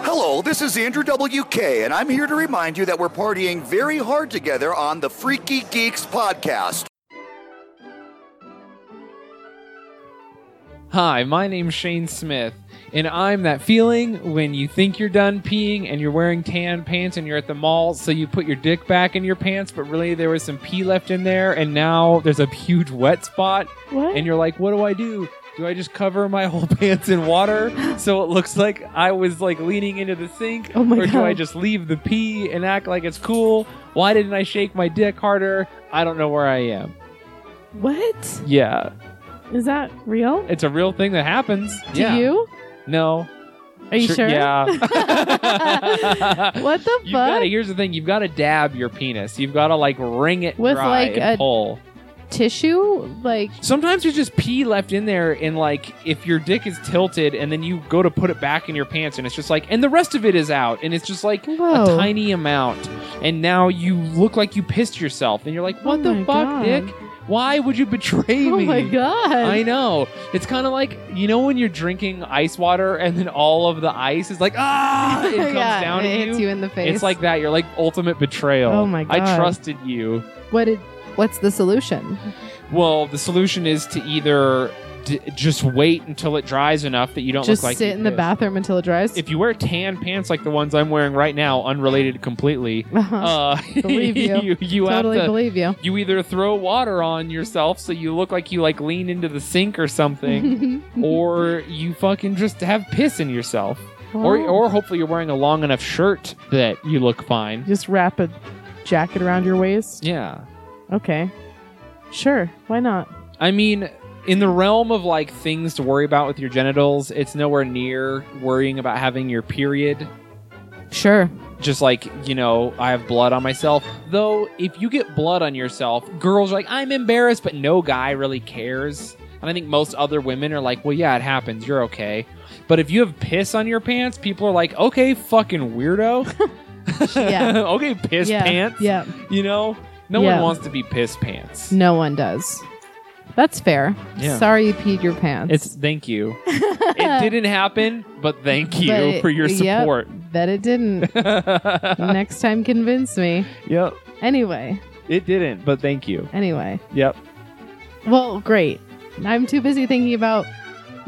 Hello, this is Andrew WK, and I'm here to remind you that we're partying very hard together on the Freaky Geeks podcast. Hi, my name's Shane Smith, and I'm that feeling when you think you're done peeing and you're wearing tan pants and you're at the mall, so you put your dick back in your pants, but really there was some pee left in there, and now there's a huge wet spot, What? and you're like, what do I do? Do I just cover my whole pants in water so it looks like I was like leaning into the sink? Oh my or do I God. just leave the pee and act like it's cool? Why didn't I shake my dick harder? I don't know where I am. what? Yeah. Is that real? It's a real thing that happens. To yeah. you? No. Are you sure? Yeah. what the You fuck? gotta. Here's the thing. You've got to dab your penis. You've got to like wring it With, dry like, and a- pull. Tissue? Like, Sometimes there's just pee left in there, and like if your dick is tilted, and then you go to put it back in your pants, and it's just like, and the rest of it is out, and it's just like Whoa. a tiny amount, and now you look like you pissed yourself, and you're like, what Oh the my fuck, God. dick? Why would you betray oh me? my god! I know. It's kind of like you know when you're drinking ice water and then all of the ice is like ah, it comes yeah, down Oh it to hits you in the face. It's like that. You're like ultimate betrayal. Oh my I God. trusted you. what? Did, what's the solution? Well, the solution is to either d- just wait until it dries enough that you don't Just look like sit you in the pissed. bathroom until it dries. If you wear tan pants like the ones I'm wearing right now, unrelated completely, Uh-huh. uh, Believe you. you, you totally have to. believe you. you either throw water on yourself so you look like you like lean into the sink or something, or you fucking just have piss in yourself. Or, Wow. or hopefully you're wearing a long enough shirt that you look fine. just wrap a jacket around your waist. Yeah. Okay, sure. Why not? I mean, in the realm of like things to worry about with your genitals, it's nowhere near worrying about having your period. Sure. Just like, you know, I have blood on myself. Though, if you get blood on yourself, girls are like, I'm embarrassed, but no guy really cares. And I think most other women are like, well, yeah, it happens. You're okay. But if you have piss on your pants, people are like, okay, fucking weirdo. Yeah. okay, piss yeah. pants. Yeah. You know, no Yeah. Mm. one wants to be piss pants. No one does. That's fair. Yeah. Sorry you peed your pants. It's thank you. it didn't happen, but thank you But- for your yep, support. that it didn't. Yep. Next time, convince me. Anyway, It didn't, but thank you. anyway. Yep. Well, great. I'm too busy thinking about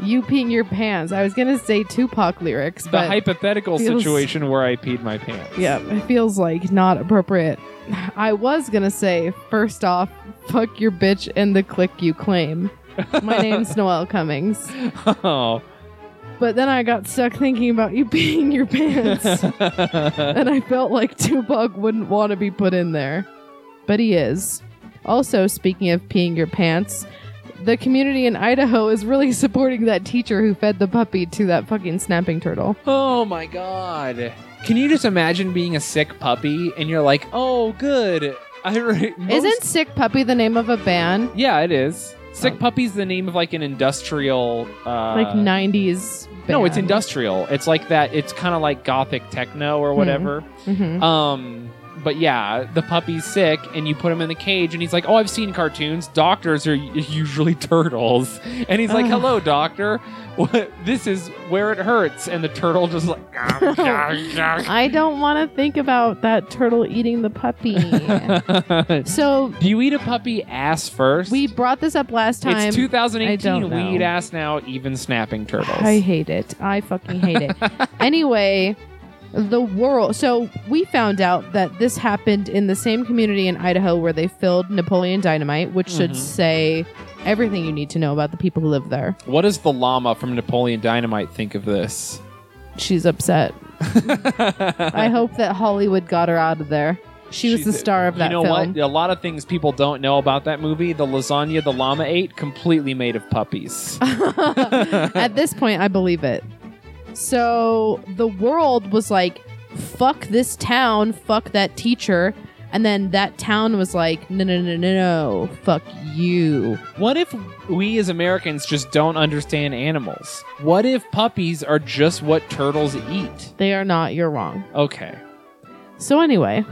you peeing your pants. I was gonna say Tupac lyrics, The but hypothetical feels- situation where I peed my pants. yeah, it feels like not appropriate. I was gonna say first off, fuck your bitch and the click you claim. My name's Noelle Cummings, Oh. but then I got stuck thinking about you peeing your pants, and I felt like Tupac wouldn't want to be put in there, but he is. Also, speaking of peeing your pants. The community in Idaho is really supporting that teacher who fed the puppy to that fucking snapping turtle. oh my god. Can you just imagine being a sick puppy and you're like, "Oh, good." I re- most- Isn't Sick Puppy the name of a band? Yeah, it is. Sick Oh. puppy's the name of like an industrial uh like 90s band. No, it's industrial. It's like that. It's kind of like gothic techno Hmm. or whatever. Mhm. Um, but yeah, the puppy's sick, and you put him in the cage, and he's like, "Oh, I've seen cartoons. Doctors are u- usually turtles." And he's like, Ugh. "Hello, doctor. What? This is where it hurts." And the turtle just like, "Gah, gah, gah." I don't want to think about that turtle eating the puppy. so "Do you eat a puppy ass first? we brought this up last time. It's I don't 2018. We know. eat ass now, even snapping turtles. I hate it. I fucking hate it. anyway, the world. So we found out that this happened in the same community in Idaho where they filled Napoleon Dynamite, which should Mhm. say everything you need to know about the people who live there. what does the llama from Napoleon Dynamite think of this? She's upset. I hope that Hollywood got her out of there. She was She's the a- star of that You know film. what? A lot of things people don't know about that movie. The lasagna the llama ate completely made of puppies. At this point, I believe it. So the world was like, fuck this town, fuck that teacher. And then that town was like, no, no, no, no, no, fuck you. what if we as Americans just don't understand animals? What if puppies are just what turtles eat? They are not, you're wrong. Okay. So anyway,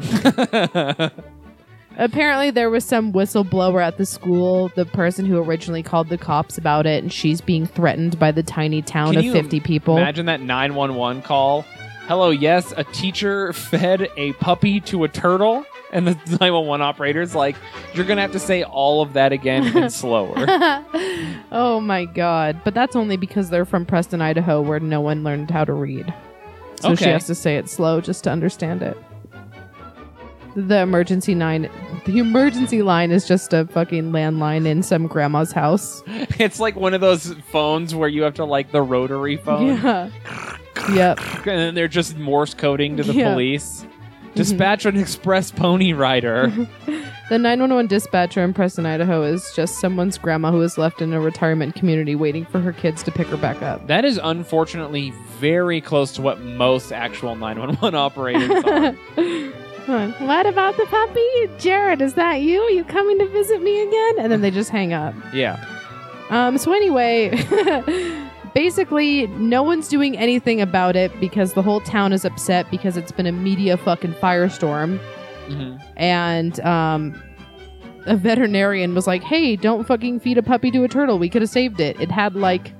apparently there was some whistleblower at the school, the person who originally called the cops about it, and she's being threatened by the tiny town Can of you 50 people. Imagine that 911 call. Hello, yes, a teacher fed a puppy to a turtle, and the 911 operator's like, you're gonna have to say all of that again and slower. oh my god. But that's only because they're from Preston, Idaho, where no one learned how to read. So she Okay. has to say it slow just to understand it. The emergency nine the emergency line is just a fucking landline in some grandma's house. it's like one of those phones where you have to like the rotary phone, Yeah. yep. and then they're just Morse coding to the Yeah. Mm-hmm. police. Dispatch an express pony rider. The 911 dispatcher in Preston, Idaho is just someone's grandma who is left in a retirement community waiting for her kids to pick her back up. That is unfortunately very close to what most actual 911 operators are. What about the puppy? Jared, is that you? Are you coming to visit me again? And then they just hang up. Yeah. Um, so, anyway, basically, no one's doing anything about it because the whole town is upset because it's been a media fucking firestorm. Mhm. And um, a veterinarian was like, hey, don't fucking feed a puppy to a turtle. We could have saved it. It had like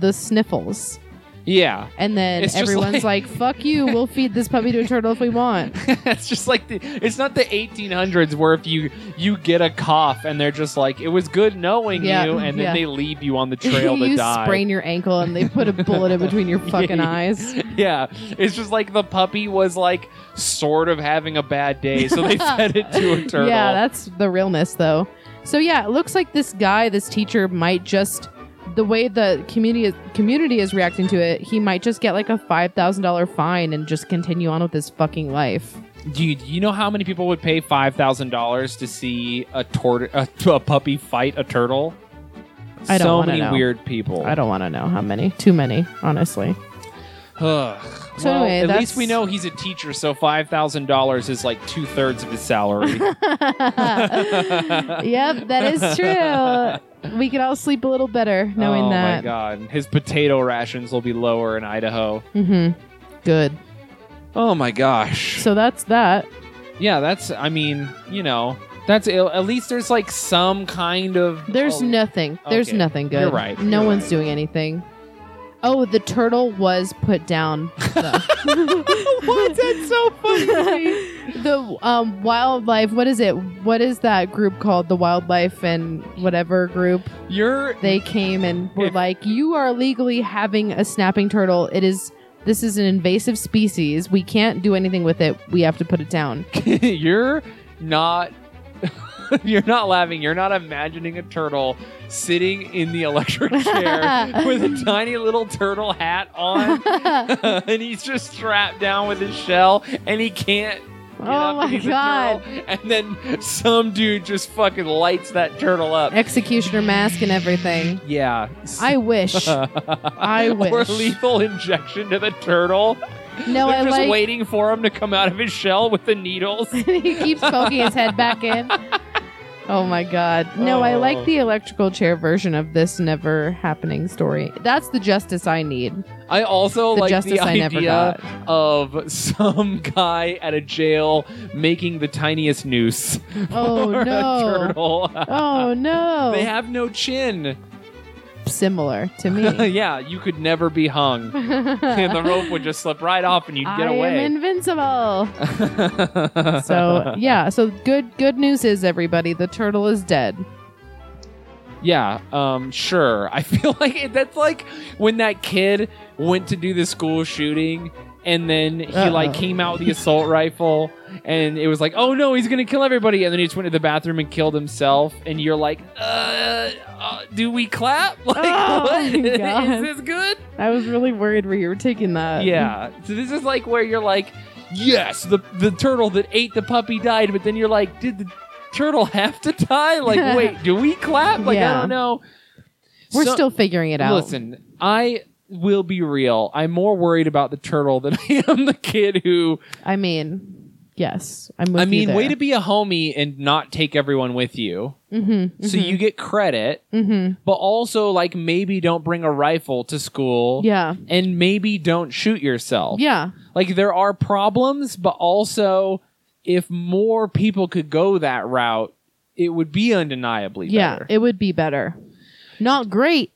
the sniffles. Yeah. And then It's just everyone's like, fuck you, we'll feed this puppy to a turtle if we want. it's just like the, it's not the 1800s where if you you get a cough and they're just like it was good knowing Yeah, you and then yeah. they leave you on the trail to you die. sprain your ankle and they put a bullet in between your fucking eyes. yeah, it's just like the puppy was like sort of having a bad day, so they fed it to a turtle. Yeah, that's the realness though. So yeah, it looks like this guy, this teacher, might just the way the community community is reacting to it, he might just get like a five thousand dollar fine and just continue on with his fucking life. Dude, you know how many people would pay five thousand dollars to see a tort a, a puppy fight a turtle? I don't so wanna many know. weird people. I don't want to know how many, too many, honestly. Ugh. So well, anyway, at that's- least we know he's a teacher, so five thousand dollars is like two thirds of his salary. yep, that is true. We could all sleep a little better knowing oh my that. god, his potato rations will be lower in Idaho. Mm-hmm. Good. Oh my gosh. So that's that. Yeah, that's. I mean, you know, that's Ill. at least there's like some kind of. There's oh, nothing. There's okay. nothing good. You're right. No You're one's right. doing anything. Oh, the turtle was put down. though. What? That's so funny. the um, wildlife. What is it? What is that group called? The wildlife and whatever group. You're. They came and were If- like, "You are illegally having a snapping turtle. It is. This is an invasive species. We can't do anything with it. We have to put it down." you're not. You're not laughing. You're not imagining a turtle sitting in the electric chair with a tiny little turtle hat on, and he's just strapped down with his shell, and he can't Get oh up and my he's a god! turtle, and then some dude just fucking lights that turtle up. Executioner mask and everything. Yeah. I wish. I wish. Or lethal injection to the turtle. No, They're I just like. waiting for him to come out of his shell with the needles. he keeps poking his head back in. Oh my god. No, I Oh. like the electrical chair version of this never happening story. That's the justice I need. I also The like justice the I idea never got. of some guy at a jail making the tiniest noose Oh, for no. a turtle. Oh no. They have no chin. Similar to me. yeah, you could never be hung. and the rope would just slip right off and you'd I get away. am invincible. So yeah, so good good news is everybody, the turtle is dead. Yeah, um, sure. I feel like it, that's like when that kid went to do the school shooting and then he like Uh-oh. came out with the assault rifle and it was like, oh no, he's gonna kill everybody. And then he just went to the bathroom and killed himself. And you're like, uh, uh do we clap? Like, Oh, what? my God. Uh-huh. is this good? I was really worried where you were taking that. yeah. So this is like where you're like, yes, the, the turtle that ate the puppy died. But then you're like, did the turtle have to die? Like, wait, do we clap? Like, I Yeah. don't know. We're So- still figuring it out. Listen, I will be real. I'm more worried about the turtle than I am the kid who. I mean, yes. I'm with I you mean, there. way to be a homie and not take everyone with you. Mm-hmm. So you get credit, Mm-hmm. but also, like, maybe don't bring a rifle to school. Yeah. And maybe don't shoot yourself. Yeah. Like, there are problems, but also, if more people could go that route, it would be undeniably Yeah, better. it would be better. Not great,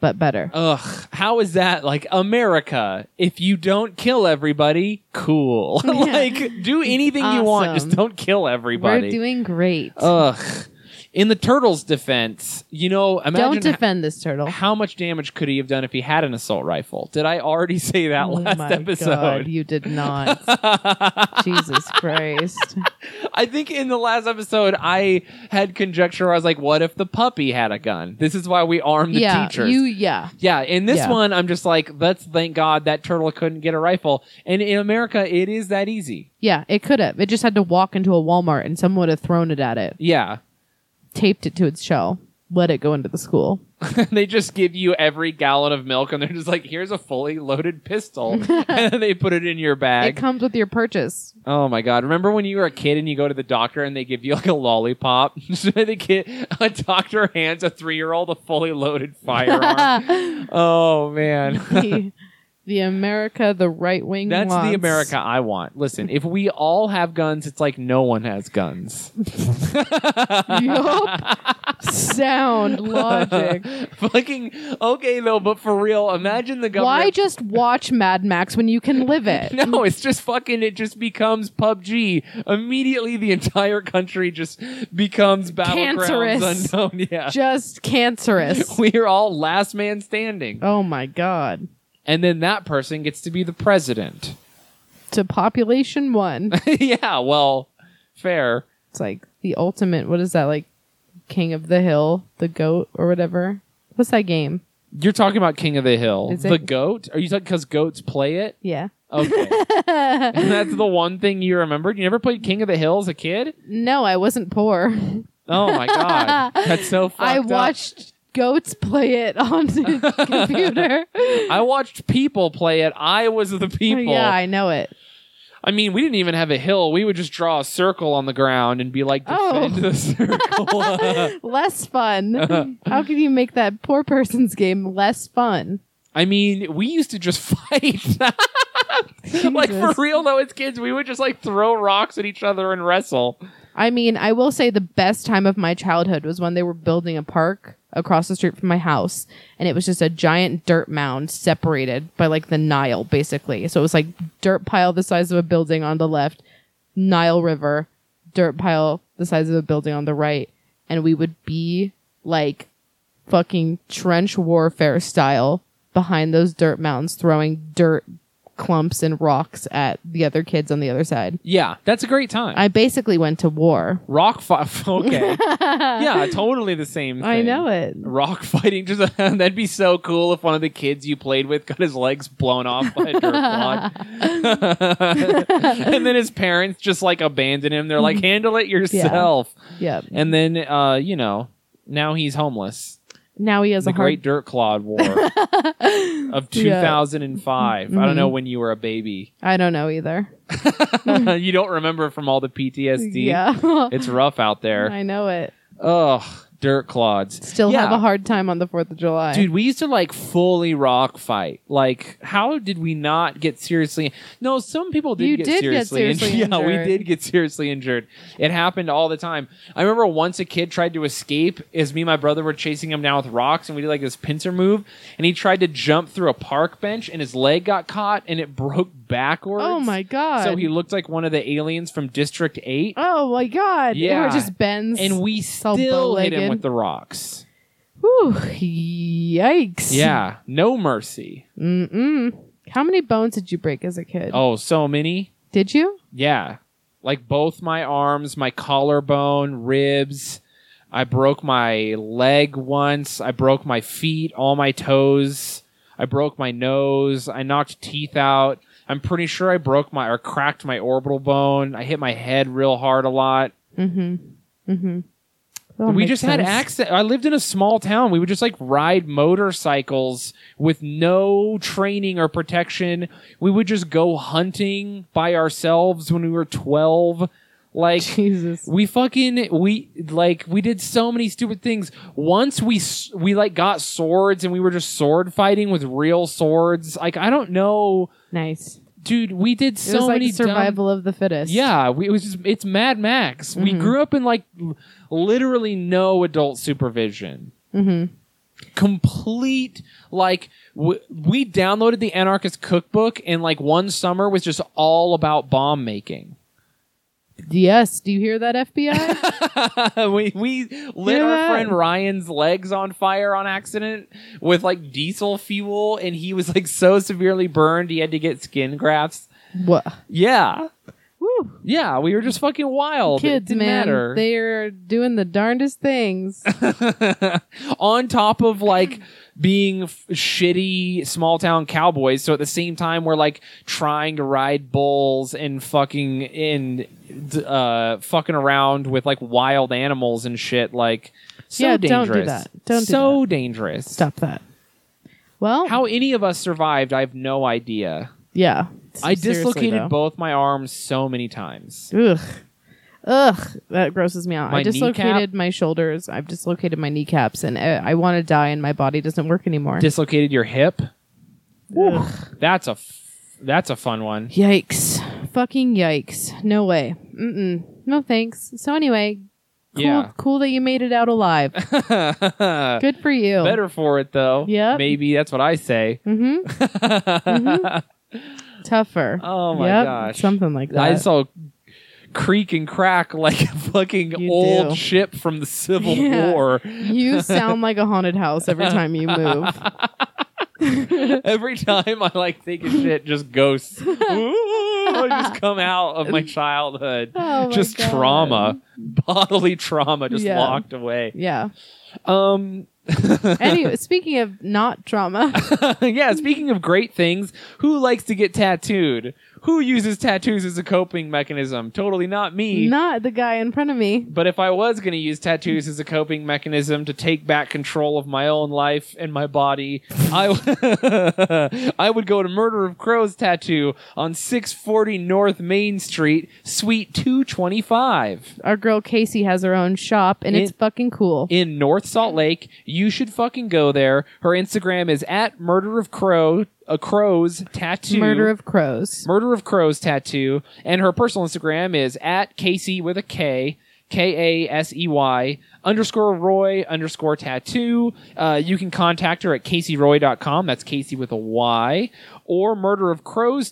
but better. Ugh, how is that like America? If you don't kill everybody, cool. Yeah. like do anything you want, just Awesome. don't kill everybody. Uh, We're doing great. Ugh. In the turtle's defense, you know, Don't imagine defend this turtle. h- how much damage could he have done if he had an assault rifle? Did I already say that oh last my God, episode? you did not. Jesus Christ. I think in the last episode I had conjecture. I was like, "What if the puppy had a gun?" This is why we armed the yeah, teachers. you yeah. Yeah, in this Yeah. one, I'm just like, let's thank God that turtle couldn't get a rifle. And in America, it is that easy. Yeah, it could have. It just had to walk into a Walmart and someone would have thrown it at it, Yeah. taped it to its shell, let it go into the school. they just give you every gallon of milk and they're just like, here's a fully loaded pistol. and then they put it in your It bag. comes with your purchase. oh my God. Remember when you were a kid and you go to the doctor and they give you like a lollipop? so the kid, a doctor hands a three year old a fully loaded firearm. oh man. the, the America the right wing That's wants. the America I want. Listen, if we all have guns, it's like no one has guns. Yup. Sound logic. Fucking okay though, but for real, imagine the government. Why just watch Mad Max when you can live it? no, it's just fucking. It just becomes PUBG. Immediately, the entire country just becomes battlegrounds Cancerous. unknown. Yeah, Just cancerous. we are all last man standing, oh my god. and then that person gets to be the president. To population one. yeah, well, fair. It's like the ultimate what is that like King of the Hill, the goat or whatever? What's that game? You're talking about King of the Hill, Is the it- goat. Are you talking because goats play it? Yeah. Okay, and that's the one thing you remembered. You never played King of the Hill as a kid. No, I wasn't poor. Oh my god, that's so fucked I up. watched goats play it on the computer. I watched people play it. I was the people. Oh, Yeah, I know it. I mean, we didn't even have a hill. We would just draw a circle on the ground and be like, defend Oh. the circle. Less fun. How can you make that poor person's game less fun? I mean, we used to just fight. like for Jesus. real though, as kids, we would just like throw rocks at each other and wrestle. I mean, I will say the best time of my childhood was when they were building a park across the street from my house, and it was just a giant dirt mound separated by like the Nile, basically. So it was like dirt pile the size of a building on the left, Nile River, dirt pile the size of a building on the right, and we would be like fucking trench warfare style behind those dirt mounds, throwing dirt clumps and rocks at the other kids on the other side. Yeah, that's a great time. I basically went to war. Rock fight. okay. yeah, totally the same. Thing. I know it. Rock fighting. Just that'd be so cool if one of the kids you played with got his legs blown off by a dirt quad, and then his parents just like abandon him. They're Mm-hmm. like, "Handle it yourself." Yep. And then, uh, you know, now he's homeless. Now he has The a hard. Great Dirt Clawed War of 2005. I Mm-hmm. don't know when you were a baby. I don't know either. you don't remember from all the PTSD. Mm-hmm. Yeah, It's rough out there. I know it. Ugh, Dirt Clods. Still Yeah. have a hard time on the Fourth of July. Dude, we used to like fully rock fight. Like, how did we not get seriously? No, some people did, You get, did get seriously in- seriously Yeah, we injured. did get seriously injured. It happened all the time. I remember once a kid tried to escape as me and my brother were chasing him down with rocks, and we did like this pincer move, and he tried to jump through a park bench, and his leg got caught, and it broke backwards. oh my god. So he looked like one of the aliens from District Eight, Oh my god. Yeah. Or just bends. and we so still hit him bow-legged. with the rocks. Whew, yikes. Yeah, no mercy. Mm-mm. How many bones did you break as a kid? Oh, so many. Did you? Yeah. Like both my arms, my collarbone, ribs. I broke my leg once. I broke my feet, all my toes. I broke my nose. I knocked teeth out. I'm pretty sure I broke my or cracked my orbital bone. I hit my head real hard a lot. Mm-hmm. Mm-hmm. That all we makes just had sense. access. I lived in a small town. We would just like ride motorcycles with no training or protection. We would just go hunting by ourselves when we were 12. Like, Jesus. we fucking we like we did so many stupid things. Once we s- we like got swords and we were just sword fighting with real swords. Like I don't know, Nice. dude. We did It so was many like dumb- survival of the fittest. yeah, we, it was just it's Mad Mm-hmm. Max. We grew up in like l- literally no adult supervision. Mm-hmm. complete like w- we downloaded the anarchist cookbook and like one summer was just all about bomb making Yes. Do you hear that, FBI? we we lit Yeah. our friend Ryan's legs on fire on accident with like diesel fuel, and he was like so severely burned he had to get skin grafts. what? Yeah, Woo. yeah, we were just fucking wild. It Kids, didn't man. matter. They're doing the darndest things. on top of like being f- shitty small town cowboys so at the same time we're like trying to ride bulls and fucking and d- uh fucking around with like wild animals and shit like so Yeah, don't dangerous do that. Don't do so dangerous Stop that. Well, how any of us survived i have no idea yeah. i Seriously, dislocated though. both my arms so many times Ugh. Ugh, that grosses me out. My I dislocated my shoulders. I've dislocated my kneecaps, and uh, I, I want to die, and my body doesn't work anymore. dislocated your hip Ugh. that's a f- that's a fun one Yikes. Fucking yikes. No way. Mm-mm. No thanks. So anyway, cool, yeah cool that you made it out alive. Good for you. better for it though. Yep. Maybe that's what I say. hmm Mm-hmm. Tougher. Oh my Yep, gosh. Something like that. I saw creak and crack like a fucking You old do. ship from the Civil Yeah. War. you sound like a haunted house every time you move. Every time I like take a shit, just ghosts Ooh, I just come out of my childhood. Oh my just God. trauma, bodily trauma, just Yeah. locked away. Yeah. Um, Anyway, speaking of not trauma, yeah, speaking of great things, who likes to get tattooed? Who uses tattoos as a coping mechanism? Totally not me. not the guy in front of me. But if I was going to use tattoos as a coping mechanism to take back control of my own life and my body, I, w- I would go to Murder of Crows Tattoo on 640 North Main Street, Suite 225 Our girl Casey has her own shop, and it's It- fucking cool. in North Salt Lake. You should fucking go there. Her Instagram is at Murder of Crow, a Crows Tattoo. Murder of Crows. Murder of Crows tattoo, and her personal Instagram is at Casey with a K, K A S E Y underscore Roy underscore tattoo. Uh, you can contact her at CaseyRoy.com. That's Casey with a Y. Or Murder of Crows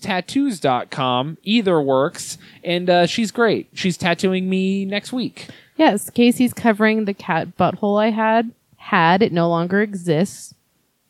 Tattoos.com. Either works. And uh, she's great. She's tattooing me next week. Yes, Casey's covering the cat butthole I had. Had it no longer exists.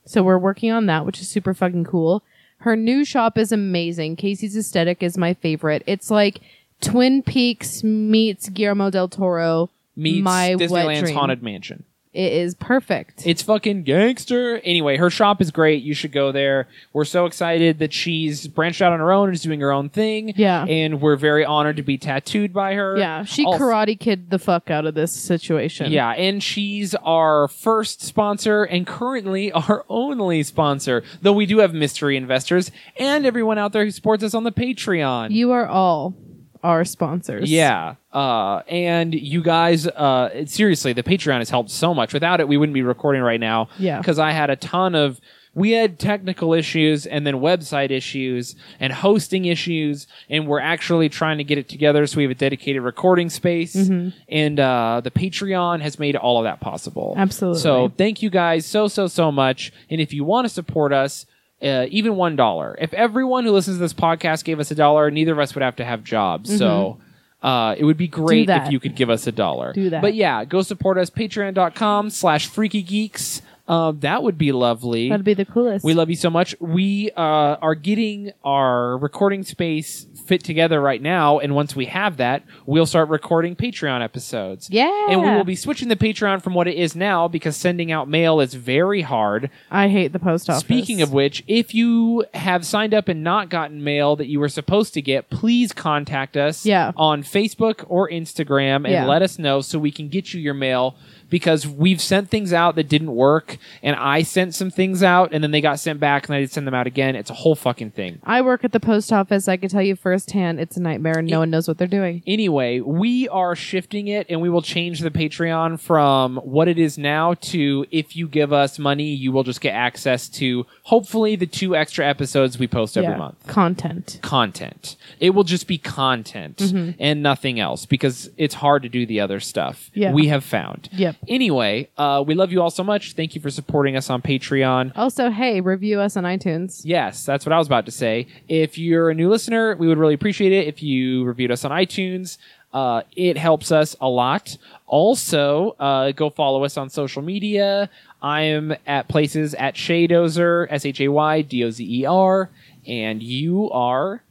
So we're working on that, which is super fucking cool. Her new shop is amazing. Casey's aesthetic is my favorite. It's like Twin Peaks meets Guillermo del Toro. Meets my wet Disneyland's dream. Haunted Mansion. It is perfect. It's fucking gangster. Anyway, her shop is great. You should go there. We're so excited that she's branched out on her own and is doing her own thing. Yeah. And we're very honored to be tattooed by her. yeah, she Also- karate kid the fuck out of this situation. Yeah, and she's our first sponsor and currently our only sponsor, though we do have mystery investors and everyone out there who supports us on the Patreon. You are all our sponsors. Yeah. Uh, and you guys, uh, it- seriously, the Patreon has helped so much. Without it, we wouldn't be recording right now. Yeah. Because I had a ton of. We had technical issues and then website issues and hosting issues, and we're actually trying to get it together so we have a dedicated recording space. Mm-hmm. And uh, the Patreon has made all of that possible. Absolutely. So thank you guys so, so, so much. And if you want to support us, uh, even one dollar. If everyone who listens to this podcast gave us a dollar, neither of us would have to have jobs. So uh, it would be great if Mm-hmm. that. you could give us a dollar. Do that. But yeah, go support us. Patreon.com slash Freaky Geeks. Uh, that would be lovely. That'd be the coolest. We love you so much. We uh, are getting our recording space fit together right now, and once we have that, we'll start recording Patreon episodes. Yeah. and we will be switching the Patreon from what it is now because sending out mail is very hard. I hate the post office. Speaking of which, if you have signed up and not gotten mail that you were supposed to get, please contact us Yeah. on Facebook or Instagram and Yeah. let us know so we can get you your mail because we've sent things out that didn't work and I sent some things out and then they got sent back and I did send them out again. It's a whole fucking thing. I work at the post office. I can tell you firsthand, it's a nightmare and no one knows what they're doing. Anyway, we are shifting it and we will change the Patreon from what it is now to if you give us money, you will just get access to hopefully the two extra episodes we post every Yeah. month. Content. content. It will just be Mm-hmm. content and nothing else because it's hard to do the other stuff. Yeah. We have found. Yep. Anyway, uh, we love you all so much. Thank you for supporting us on Patreon. Also, hey, review us on iTunes. Yes, that's what I was about to say. If you're a new listener, we would really appreciate it if you reviewed us on iTunes. Uh, it helps us a lot. Also, uh, go follow us on social media. I am at places at Shaydozer, S H A Y D O Z E R, and you are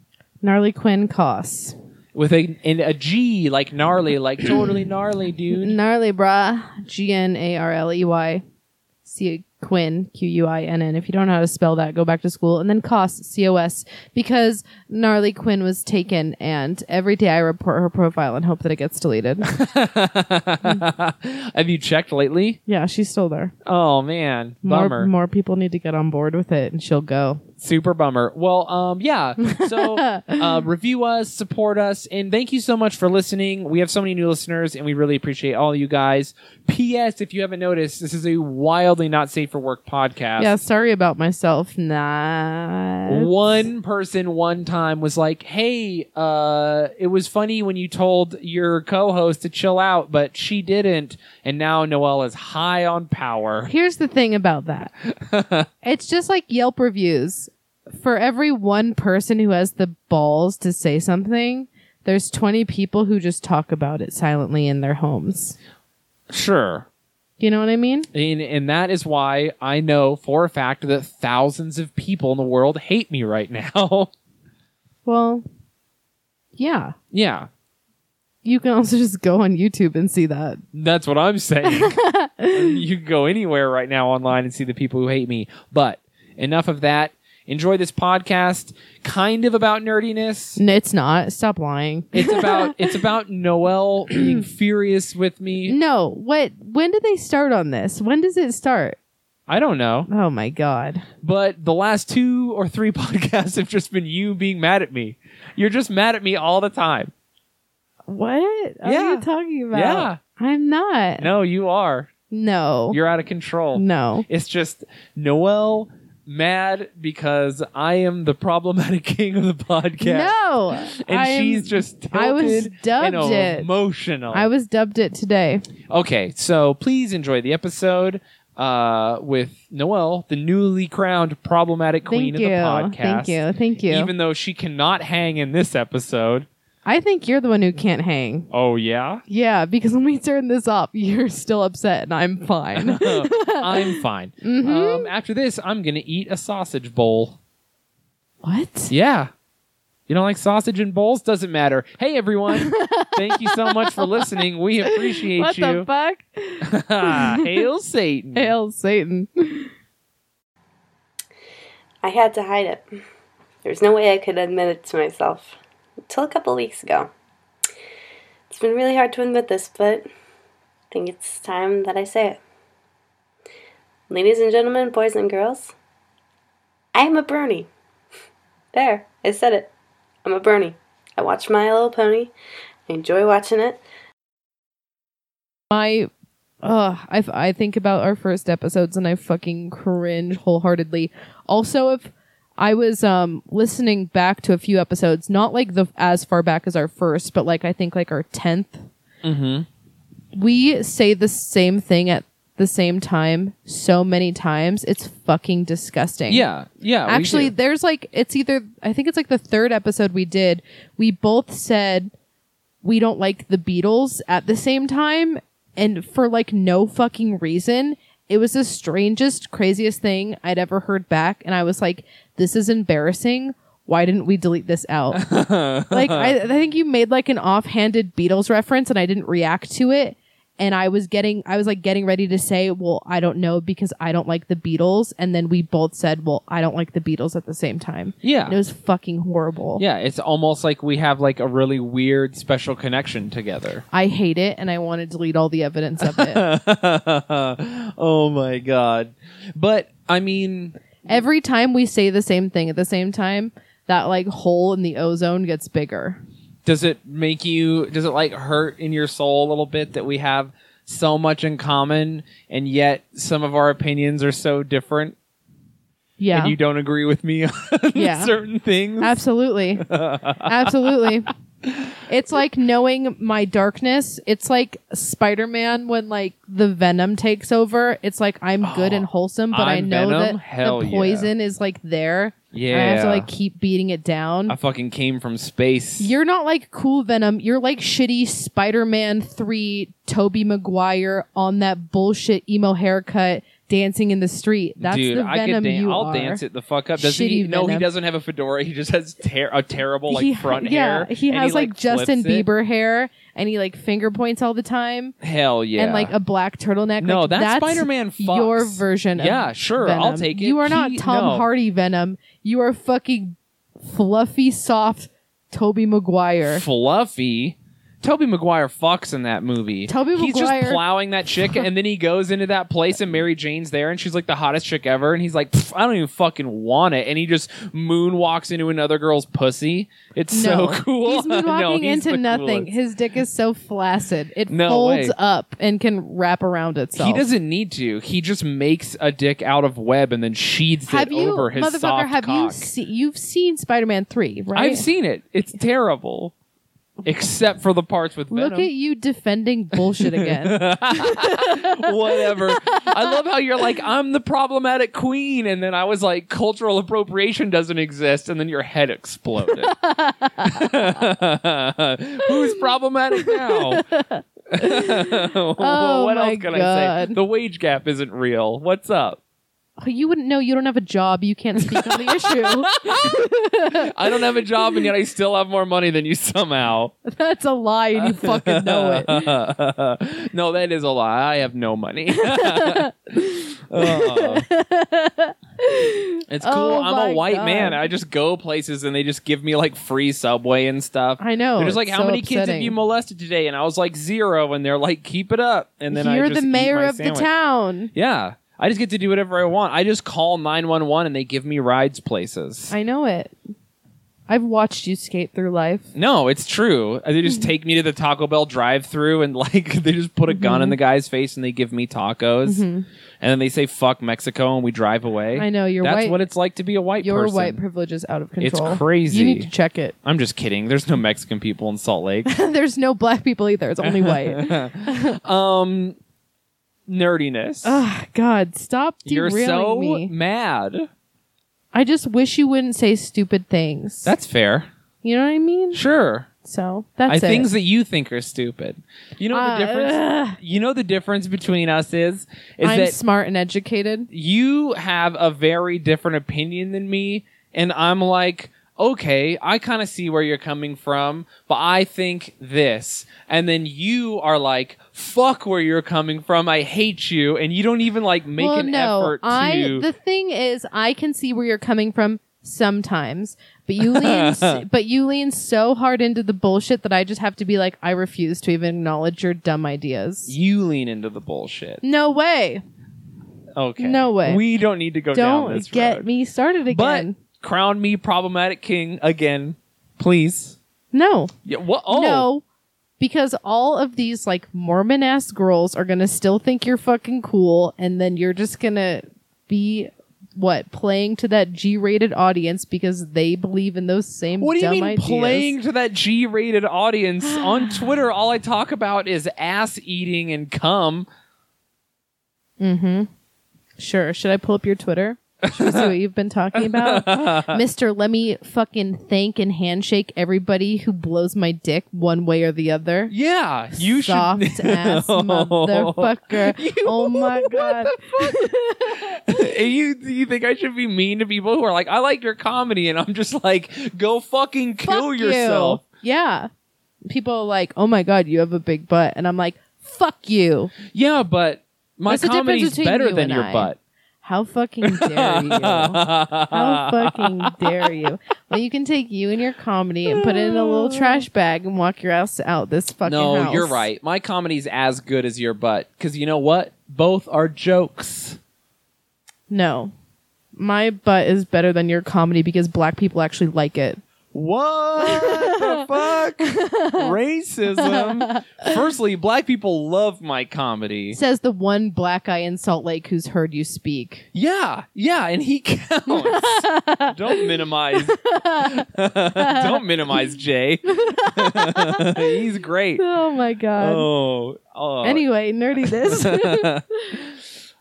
Gnarly Quinn costs. with a, in a G, like gnarly, like totally gnarly, dude. Gnarly brah. G N A R L E Y. C Quinn. Q U I N N. If you don't know how to spell that, go back to school. And then cost. C O S. Because Gnarly Quinn was taken, and every day I report her profile and hope that it gets deleted. Have you checked lately? yeah, she's still there. Oh man, More, bummer. more people need to get on board with it, and she'll go. super bummer well um yeah so uh, review us support us and thank you so much for listening we have so many new listeners and we really appreciate all you guys ps if you haven't noticed this is a wildly not safe for work podcast Yeah, sorry about myself. Nah. one person one time was like hey uh it was funny when you told your co-host to chill out but she didn't and now noelle is high on power Here's the thing about that. it's just like Yelp reviews. For every one person who has the balls to say something, there's 20 people who just talk about it silently in their homes. sure You know what I mean? And, and that is why I know for a fact that thousands of people in the world hate me right now. Well, yeah. yeah, You can also just go on YouTube and see that. that's what I'm saying. you can go anywhere right now online and see the people who hate me. But enough of that. Enjoy this podcast, kind of about nerdiness. No, it's not. Stop lying. It's about it's about Noel being furious with me. No, what when did they start on this? When does it start? I don't know, Oh my god. but the last two or three podcasts have just been you being mad at me. You're just mad at me all the time. What are Yeah. you talking about? Yeah. I'm not. No, you are. No. You're out of control. no. It's just Noel mad because I am the problematic king of the podcast. No. And I'm- she's just tilted I was dubbed and it. emotional. I was dubbed it today. okay, so please enjoy the episode uh, with Noel, the newly crowned problematic queen Thank you. of the podcast. Thank you. Thank you. Even though she cannot hang in this episode. I think you're the one who can't hang. Oh, yeah? Yeah, because when we turn this up, you're still upset and I'm fine. I'm fine. Mhm. Um, after this, I'm going to eat a sausage bowl. what? Yeah. You don't like sausage and bowls? Doesn't matter. Hey, everyone. Thank you so much for listening. We appreciate What the you. fuck? Hail Satan. Hail Satan. I had to hide it. There was no way I could admit it to myself until a couple weeks ago. It's been really hard to admit this, but I think it's time that I say it. Ladies and gentlemen, boys and girls, I am a Bernie. There, I said it. I'm a Bernie. I watch My Little Pony. I enjoy watching it. My. Ugh, I, f- I think about our first episodes and I fucking cringe wholeheartedly. Also, if I was um listening back to a few episodes, not like the as far back as our first, but like I think like our tenth Mm-hmm. we say the same thing at the same time so many times it's fucking disgusting Yeah. Yeah. we actually do. there's like it's either i think it's like the third episode we did we both said we don't like the beatles at the same time and for like no fucking reason it was the strangest craziest thing i'd ever heard back and i was like this is embarrassing why didn't we delete this out like I, I think you made like an offhanded Beatles reference, and I didn't react to it. And I was getting, I was like getting ready to say, "Well, I don't know because I don't like the Beatles." And then we both said, "Well, I don't like the Beatles" at the same time. Yeah. And it was fucking horrible. yeah. It's almost like we have like a really weird special connection together. I hate it, and I want to delete all the evidence of it. oh, my God. But, I mean, Every time we say the same thing at the same time, that like hole in the ozone gets bigger. does it make you does it like hurt in your soul a little bit that we have so much in common and yet some of our opinions are so different Yeah, and you don't agree with me on Yeah. certain things absolutely, absolutely. It's like knowing my darkness. It's like Spider Man when like the venom takes over. It's like I'm good and wholesome, but i Oh, I'm know Venom? that Hell the yeah. poison is like there. Yeah. I have to like keep beating it down. I fucking came from space. You're not like cool Venom. You're like shitty Spider-Man 3 Toby Maguire on that bullshit emo haircut dancing in the street. That's Dude, the I could Venom dan- you I'll are. dance it the fuck up. Does he? Shitty No, he Venom. doesn't have a fedora. He just has ter- a terrible like He- front hair. yeah, He and has like, Justin flips it. Bieber hair and he like finger points all the time Hell yeah. and like a black turtleneck. no, Like, that that's Spider-Man. Fucks. your version of Yeah, sure. I'll Venom. take it. You are not He- Tom no. Hardy Venom. You are fucking fluffy soft Toby Maguire. Fluffy. Toby Maguire fucks in that movie. Tobey he's just Maguire- plowing that chick, and then he goes into that place, and Mary Jane's there, and she's like the hottest chick ever, and he's like, "Pff, I don't even fucking want it, and he just moonwalks into another girl's pussy. It's no. so cool. He's moonwalking No, he's into the nothing. coolest. His dick is so flaccid. It No folds way. up and can wrap around itself. He doesn't need to. He just makes a dick out of web and then sheathes have it you, over his motherfucker? soft Have you cock. seen? You've seen Spider-Man three, right? I've seen it. It's terrible, except for the parts with Look venom. at you defending bullshit again. Whatever. I love how you're like, I'm the problematic queen, and then I was like, cultural appropriation doesn't exist, and then your head exploded. Who's problematic now? Oh what my else can I say? God. The wage gap isn't real. What's up? Oh, you wouldn't know. You don't have a job. You can't speak on the issue. I don't have a job, and yet I still have more money than you somehow. That's a lie, and you fucking know it. no, that is a lie. I have no money. Oh. It's cool. Oh I'm a my white God. man. I just go places and they just give me like free subway and stuff. I know. They're just like, it's how so many kids have upsetting. you molested today? And I was like zero, and they're like, keep it up. And then You're I just the eat mayor my of sandwich. the town. Yeah, I just get to do whatever I want. I just call nine one one and they give me rides places. I know it. I've watched you skate through life. No, it's true. Uh, They just Mm-hmm. take me to the Taco Bell drive-through and like they just put a Mm-hmm. gun in the guy's face and they give me tacos, and then they say "fuck Mexico" and we drive away. I know, you're That's white- what it's like to be a white Your person. white privilege is out of It's control. crazy. You need to check it. I'm just kidding. There's no Mexican people in Salt Lake. There's no black people either. It's only white. um, nerdiness. Ugh, God, stop you're derailing so me. mad. I just wish you wouldn't say stupid things. That's fair. you know what I mean? Sure. So that's I, it. things that you think are stupid. You know Uh, the difference. ugh. You know the difference between us is is I'm that smart and educated. you have a very different opinion than me and i'm like okay i kind of see where you're coming from but i think this and then you are like fuck where you're coming from i hate you and you don't even like make well, an no, effort to I the thing is, I can see where you're coming from sometimes, but you lean, s- but you lean so hard into the bullshit that I just have to be like, I refuse to even acknowledge your dumb ideas. you lean into the bullshit no way. okay No way. we don't need to go down Don't this get road. me started but again. crown me problematic king again please no, yeah what oh no, because all of these like Mormon ass girls are gonna still think you're fucking cool, and then you're just gonna be. What playing to that G-rated audience because they believe in those same What do you dumb mean ideas. playing to that G-rated audience on Twitter? All I talk about is ass eating and cum. Mm-hmm. Sure. Should I pull up your Twitter? Should we see what you've been talking about? Mr. Let me fucking thank and handshake everybody who blows my dick one way or the other. Yeah, you Soft should. ass motherfucker. oh my god. you you think I should be mean to people who are like, I like your comedy, and I'm just like, go fucking kill Fuck yourself. You. Yeah. People are like, oh my god, you have a big butt. And I'm like, fuck you. Yeah, but my What's the difference comedy's between better you than and your I? butt. How fucking dare you? How fucking dare you? Well, you can take you and your comedy and put it in a little trash bag and walk your ass out this fucking no, house. you're right. My comedy's as good as your butt because you know what? Both are jokes. No. My butt is better than your comedy because black people actually like it. What the fuck? back. Racism. Firstly, black people love my comedy. Says the one black guy in Salt Lake who's heard you speak. Yeah, yeah, and he counts. Don't minimize. Don't minimize Jay. He's great. Oh my god. Oh, oh. Anyway, nerdy this.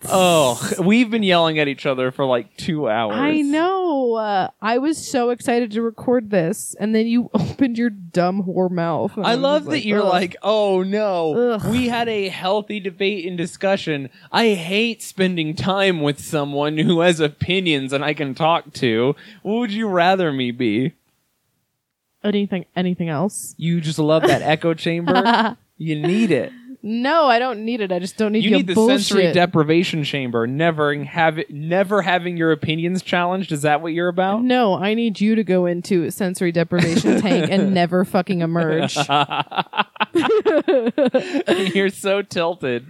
oh, we've been yelling at each other for like two hours. I know. Uh, I was so excited to record this, and then you opened your dumb whore mouth. and I was love that you're ugh. like, oh no, Ugh. we had a healthy debate and discussion. I hate spending time with someone who has opinions and I can talk to. What would you rather me be? anything. Anything else? You just love that echo chamber. You need it. No, I don't need it. I just don't need You your need the bullshit. sensory deprivation chamber. Never have never having your opinions challenged. Is that what you're about? No, I need you to go into a sensory deprivation tank and never fucking emerge. you're so tilted.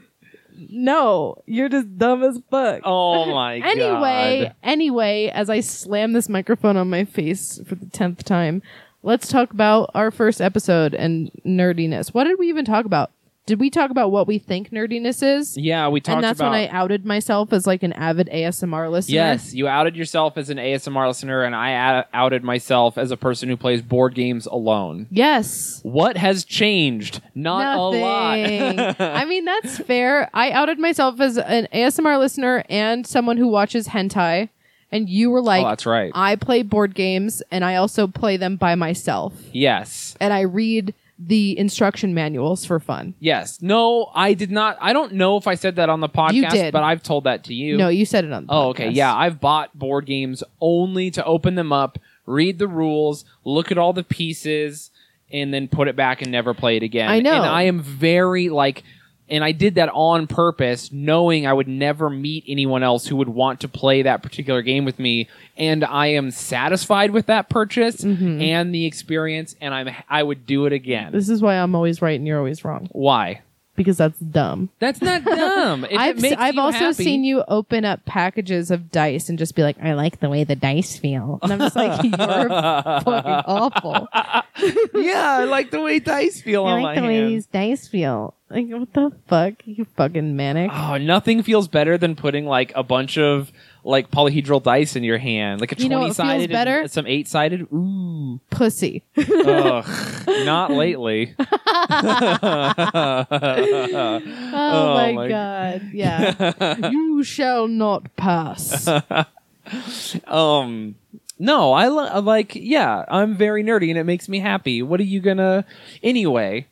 No, you're just dumb as fuck. Oh my god. anyway, anyway, as I slam this microphone on my face for the tenth time, let's talk about our first episode and nerdiness. What did we even talk about? Did we talk about what we think nerdiness is? Yeah, we talked and that's about when I outed myself as like an avid ASMR listener. Yes, you outed yourself as an ASMR listener, and I ou- outed myself as a person who plays board games alone. Yes. What has changed? Not Nothing. a lot. Oh, I mean, that's fair. I outed myself as an ASMR listener and someone who watches hentai, and you were like, oh, that's right. I play board games and I also play them by myself. yes. and I read the instruction manuals for fun. Yes. No, I did not. I don't know if I said that on the podcast, did. but I've told that to you. No, you said it on. The oh, okay. podcast. Yeah, I've bought board games only to open them up, read the rules, look at all the pieces, and then put it back and never play it again. I know. And I am very like. And I did that on purpose, knowing I would never meet anyone else who would want to play that particular game with me. And I am satisfied with that purchase and the experience, and I'm I would do it again. Mm-hmm. This is why I'm always right and you're always wrong Why? because that's dumb. That's not dumb. If I've it makes I've you also happy- seen you open up packages of dice and just be like, I like the way the dice feel, and I'm just like, you're fucking awful. I yeah, Ah, I like the way dice feel on like the my way hand. these dice feel. Like what the fuck, you fucking manic. Oh, nothing feels better than putting like a bunch of like polyhedral dice in your hand, like a You know what twenty sided, feels better? some eight sided. Ooh, Pussy. Ugh, not lately. Oh, Oh my, my- god. Yeah. you shall not pass. um, no, I lo- I like. Yeah, I'm very nerdy, and it makes me happy. What are you gonna? Anyway,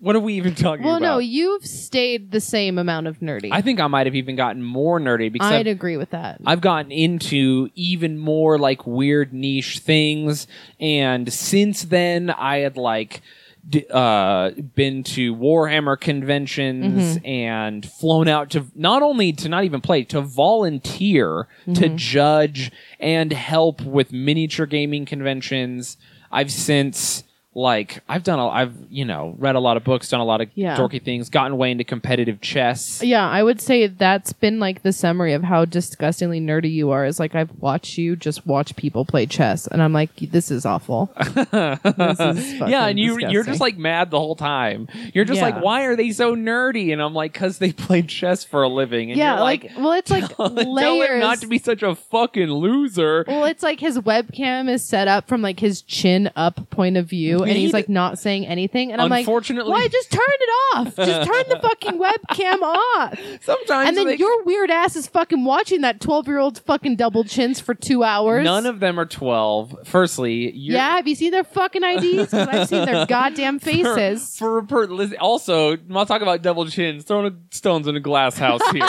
what are we even talking Well, about? no, you've stayed the same amount of nerdy. I think I might have even gotten more nerdy because I've I'd agree with that. I've gotten into even more like weird niche things, and since then I had like d- uh, been to Warhammer conventions and flown out to not only to not even play to volunteer to judge and help with miniature gaming conventions. I've since like I've done a, I've you know read a lot of books, done a lot of Yeah. dorky things, gotten way into competitive chess. yeah, I would say that's been like the summary of how disgustingly nerdy you are. Is like I've watched you just watch people play chess, and I'm like, this is awful. this is fucking yeah, and you you're disgusting. just like mad the whole time. You're just Yeah. like, why are they so nerdy? And I'm like, because they play chess for a living. And yeah, you're like, well, it's like tell him layers. not to be such a fucking loser. well, it's like his webcam is set up from like his chin up point of view, and he's Need- like not saying anything, and I'm like, Unfortunately- why just turn it off? Just turn the fucking webcam off. Sometimes and then they- your weird ass is fucking watching that 12 year old's fucking double chins for two hours. none of them are twelve. Firstly, you're, Yeah, have you seen their fucking IDs? Because I've seen their goddamn faces. For, a per, listen, also, I'm not talking about double chins. Throwing a, stones in a glass house here.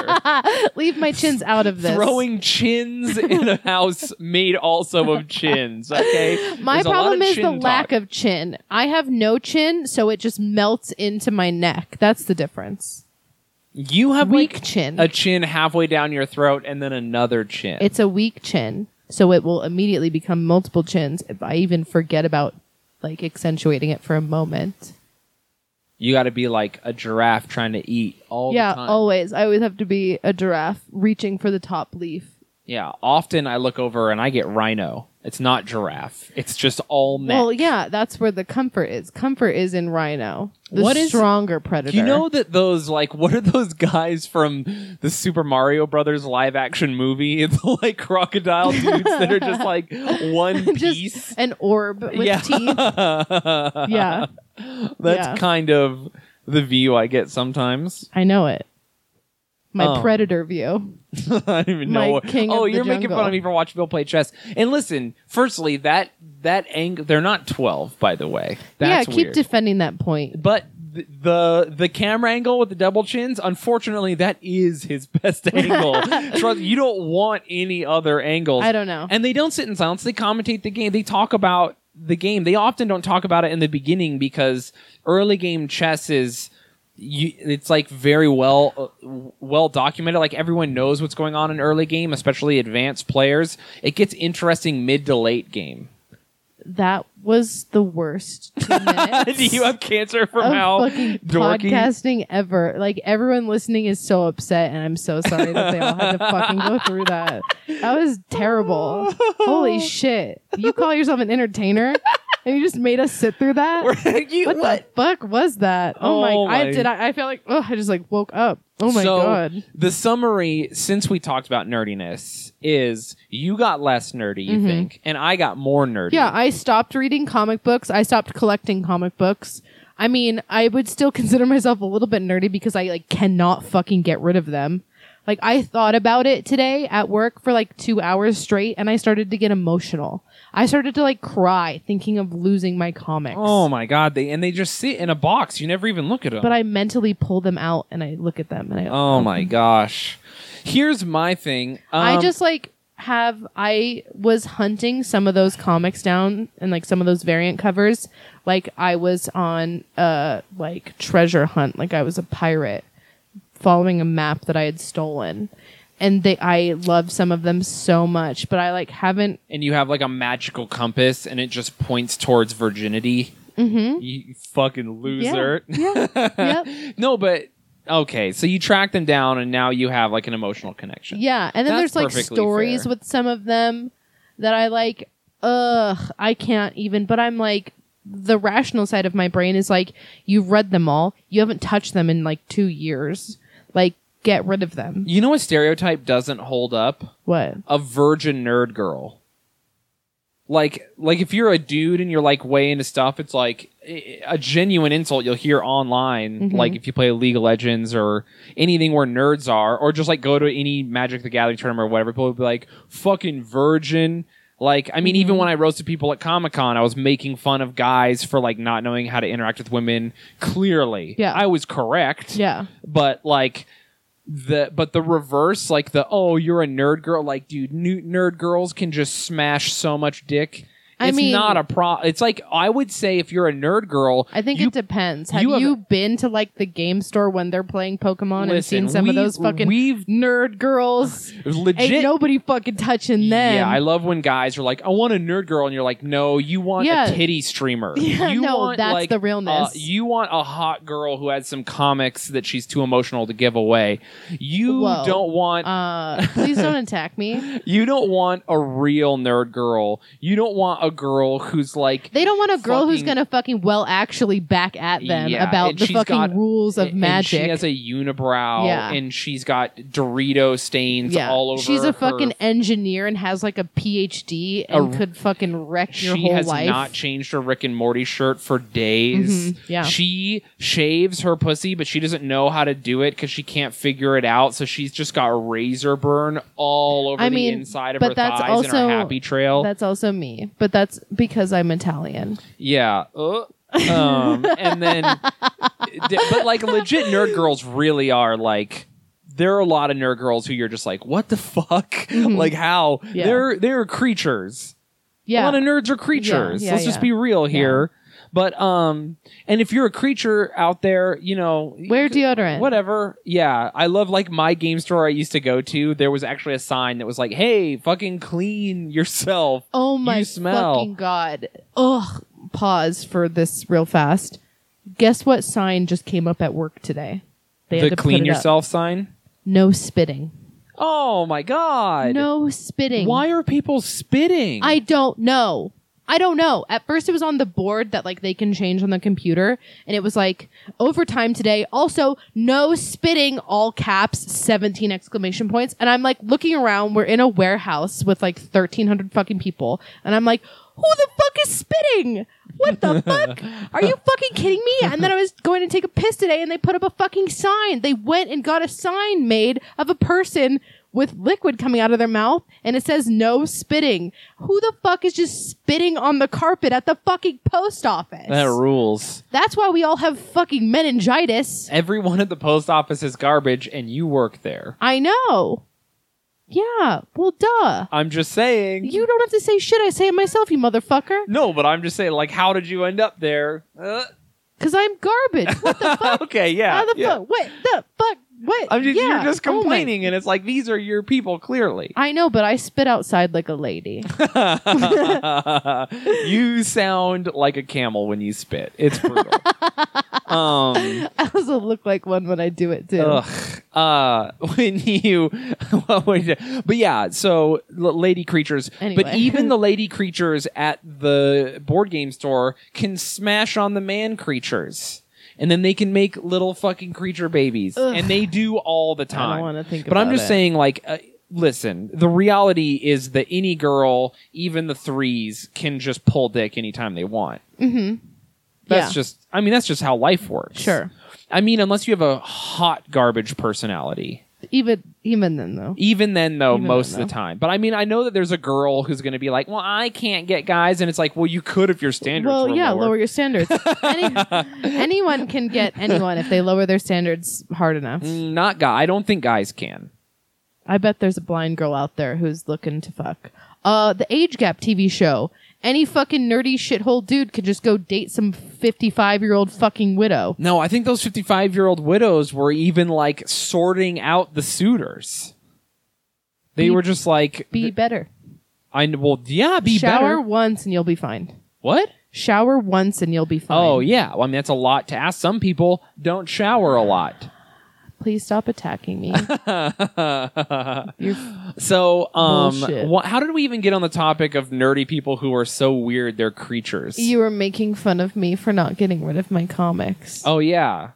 Leave my chins out of this. Throwing chins in a house made also of chins. Okay, my There's a lot problem of is the chin lack talk. of chin. I have no chin, so it just melts into my neck. That's the difference. you have Weak like, chin. a chin halfway down your throat and then another chin. it's a weak chin, so it will immediately become multiple chins if I even forget about like accentuating it for a moment. you got to be like a giraffe trying to eat all yeah, the time. always. I always have to be a giraffe reaching for the top leaf. Yeah. Often I look over and I get rhino. It's not giraffe. It's just all neck. Well, yeah, that's where the comfort is. Comfort is in rhino, the What is- stronger predator. Do you know that those like what are those guys from the Super Mario Brothers live action movie? It's like crocodile dudes that are just like one piece. just an orb with yeah. teeth. Yeah, That's Yeah. kind of the view I get sometimes. I know it. My Um, predator view. I don't even My know. what- king oh, of the you're making fun jungle. of me for watching Bill play chess. And listen, firstly, that that angle they're not 12 by the way. That's yeah, keep weird. defending that point. but th- the the camera angle with the double chins, unfortunately, that is his best angle. Trust you don't want any other angles. I don't know. And they don't sit in silence. They commentate the game. They talk about the game. They often don't talk about it in the beginning because early game chess is you, it's like very well uh, well documented. Like everyone knows what's going on in early game, especially advanced players. It gets interesting mid to late game. that was the worst two minutes Do you have cancer from of how Oh, fucking dorky? podcasting ever. Like everyone listening is so upset, and I'm so sorry that they all had to fucking go through that. That was terrible. Holy shit! You call yourself an entertainer, and you just made us sit through that. You- what, the fuck was that? Oh, Oh my! my- I did. I, I feel like oh, I just like woke up. Oh my so, god! The summary, since we talked about nerdiness, is you got less nerdy, you think, and I got more nerdy. Mm-hmm. Yeah, I stopped reading comic books. I stopped collecting comic books. I mean, I would still consider myself a little bit nerdy because I like cannot fucking get rid of them. Like I thought about it today at work for like 2 hours straight and I started to get emotional. I started to like cry thinking of losing my comics. Oh my god! They and they just sit in a box. You never even look at them. But I mentally pull them out and I look at them and I oh my gosh! Here's my thing. Um, I just like have I was hunting some of those comics down and like some of those variant covers. Like I was on a like treasure hunt, like I was a pirate following a map that I had stolen. And they I love some of them so much, but I like haven't and you have like a magical compass, and it just points towards virginity. Mm-hmm. You fucking loser. Yeah. yeah. Yep. no, but okay. So you track them down, and now you have like an emotional connection. Yeah, and then That's there's like perfectly stories fair. with some of them that I like. Ugh, I can't even. But I'm like, the rational side of my brain is like, you've read them all. You haven't touched them in like two years. Like, get rid of them. You know a stereotype doesn't hold up. What? a virgin nerd girl. Like, like if you're a dude and you're like way into stuff, it's like eh, a genuine insult you'll hear online. Like if you play League of Legends or anything where nerds are, or just like go to any Magic the Gathering tournament or whatever, people will be like, "Fucking virgin." Like, I mean, even when I roasted people at Comic Con, I was making fun of guys for like not knowing how to interact with women. Clearly, Yeah. I was correct Yeah. but like the but the reverse like the oh you're a nerd girl like dude new, nerd girls can just smash so much dick I it's mean- not a pro it's like i would say if you're a nerd girl I think you it depends. Have you you, have- been to like the game store when they're playing Pokemon and listen, seen some we- of those fucking we've nerd girls? Ain't legit nobody fucking touching them. yeah i love when guys are like i want a nerd girl and you're like no you want Yeah. a titty streamer Yeah, you no, want, that's like, the realness. uh, you want a hot girl who has some comics that she's too emotional to give away you Whoa. don't want uh, please don't attack me. You don't want a real nerd girl. You don't want a girl who's like They don't want a girl who's fucking- gonna fucking well actually back at them Yeah, about and the she's fucking got- rules of and magic. She has a unibrow Yeah. and she's got Dorito stains yeah, all over. she's a her- fucking engineer and has like a PhD and A- could fucking wreck your She whole has life. not changed her Rick and Morty shirt for days. Mhm, yeah. She shaves her pussy, but she doesn't know how to do it because she can't figure it out. So she's just got razor burn all over I the mean, inside of but her that's thighs and her also- happy trail. That's also me, but that's because I'm Italian. Yeah. Uh, um, and then, d- but like legit nerd girls really are like. There are a lot of nerd girls who you're just like, what the fuck? Like how? Mm-hmm. Yeah. They're they're creatures. A Yeah, lot of nerds are creatures. yeah, Let's just yeah. be real here. But um, and if you're a creature out there, you know, wear you deodorant. whatever. Yeah, I love like my game store I used to go to. There was actually a sign that was like, "Hey, fucking clean yourself." Oh my You smell. fucking god! Ugh. Pause for this real fast. Guess what sign just came up at work today? They the put clean it up. yourself sign. No spitting. Oh my god. No spitting. Why are people spitting? I don't know. I don't know. At first, it was on the board that like they can change on the computer, and it was like overtime today. Also, no spitting, all caps, seventeen exclamation points. And I'm like looking around. We're in a warehouse with like thirteen hundred fucking people, and I'm like, who the fuck is spitting? What the fuck? Are you fucking kidding me? And then I was going to take a piss today, and they put up a fucking sign. They went and got a sign made of a person with liquid coming out of their mouth and it says no spitting. Who the fuck is just spitting on the carpet at the fucking post office? that rules. That's why we all have fucking meningitis. Everyone at the post office is garbage and you work there. I know. Yeah, well, duh. I'm just saying. You don't have to say shit. I say it myself, you motherfucker. No, but I'm just saying like how did you end up there? Uh, Because I'm garbage. What the fuck? okay, yeah. How the yeah. fuck? What the fuck? What? I'm just, Yeah. You're just Oh my- complaining, and it's like these are your people. Clearly, I know, but I spit outside like a lady. you sound like a camel when you spit. It's brutal. um, I also look like one when I do it too. ugh. Uh, when you, what would you- but yeah. So l- lady creatures, but Anyway. even the lady creatures at the board game store can smash on the man creatures. And then they can make little fucking creature babies, Ugh. and they do all the time. I don't want to think But about I'm just it. saying, like, uh, listen, the reality is that any girl, even the threes, can just pull dick anytime they want. That's Mm-hmm. Yeah. just, I mean, that's just how life works. Sure. I mean, unless you have a hot garbage personality. Even even then though. Even then, though, Even most then, of the though. time. But I mean, I know that there's a girl who's going to be like, well, I can't get guys. And it's like, well, you could if your standards well were yeah lower. lower your standards Any, anyone can get anyone if they lower their standards hard enough Mm, Not guy. I don't think guys can. i bet there's a blind girl out there who's looking to fuck uh the age gap tv show any fucking nerdy shithole dude could just go date some 55 year old fucking widow No, I think those 55 year old widows were even like sorting out the suitors. They Be- were just like, be better I well, yeah, be shower better. once and you'll be fine What? shower once and you'll be fine Oh yeah. Well, I mean, that's a lot to ask. Some people don't shower a lot. please stop attacking me You're So, um, Bullshit. wha- how did we even get on the topic of nerdy people who are so weird they're creatures? you were making fun of me for not getting rid of my comics oh yeah.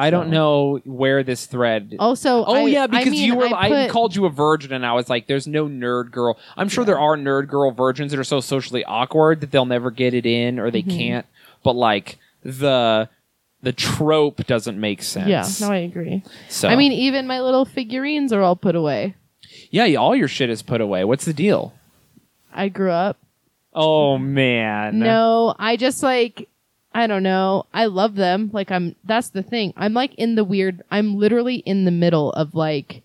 I don't So- know where this thread. also Oh I- yeah, I because mean, you were. I, put- called you a virgin, and I was like, "There's no nerd girl." I'm sure there are nerd girl virgins that are so socially awkward that they'll never get it in or they Mm-hmm. can't. But like the the trope doesn't make yeah sense. no i agree so I mean, even my little figurines are all put away. yeah, yeah, all your shit is put away. What's the deal? I grew up. Oh man, No, I just like I don't know. I love them. Like I'm that's the thing. I'm like in the weird I'm literally in the middle of like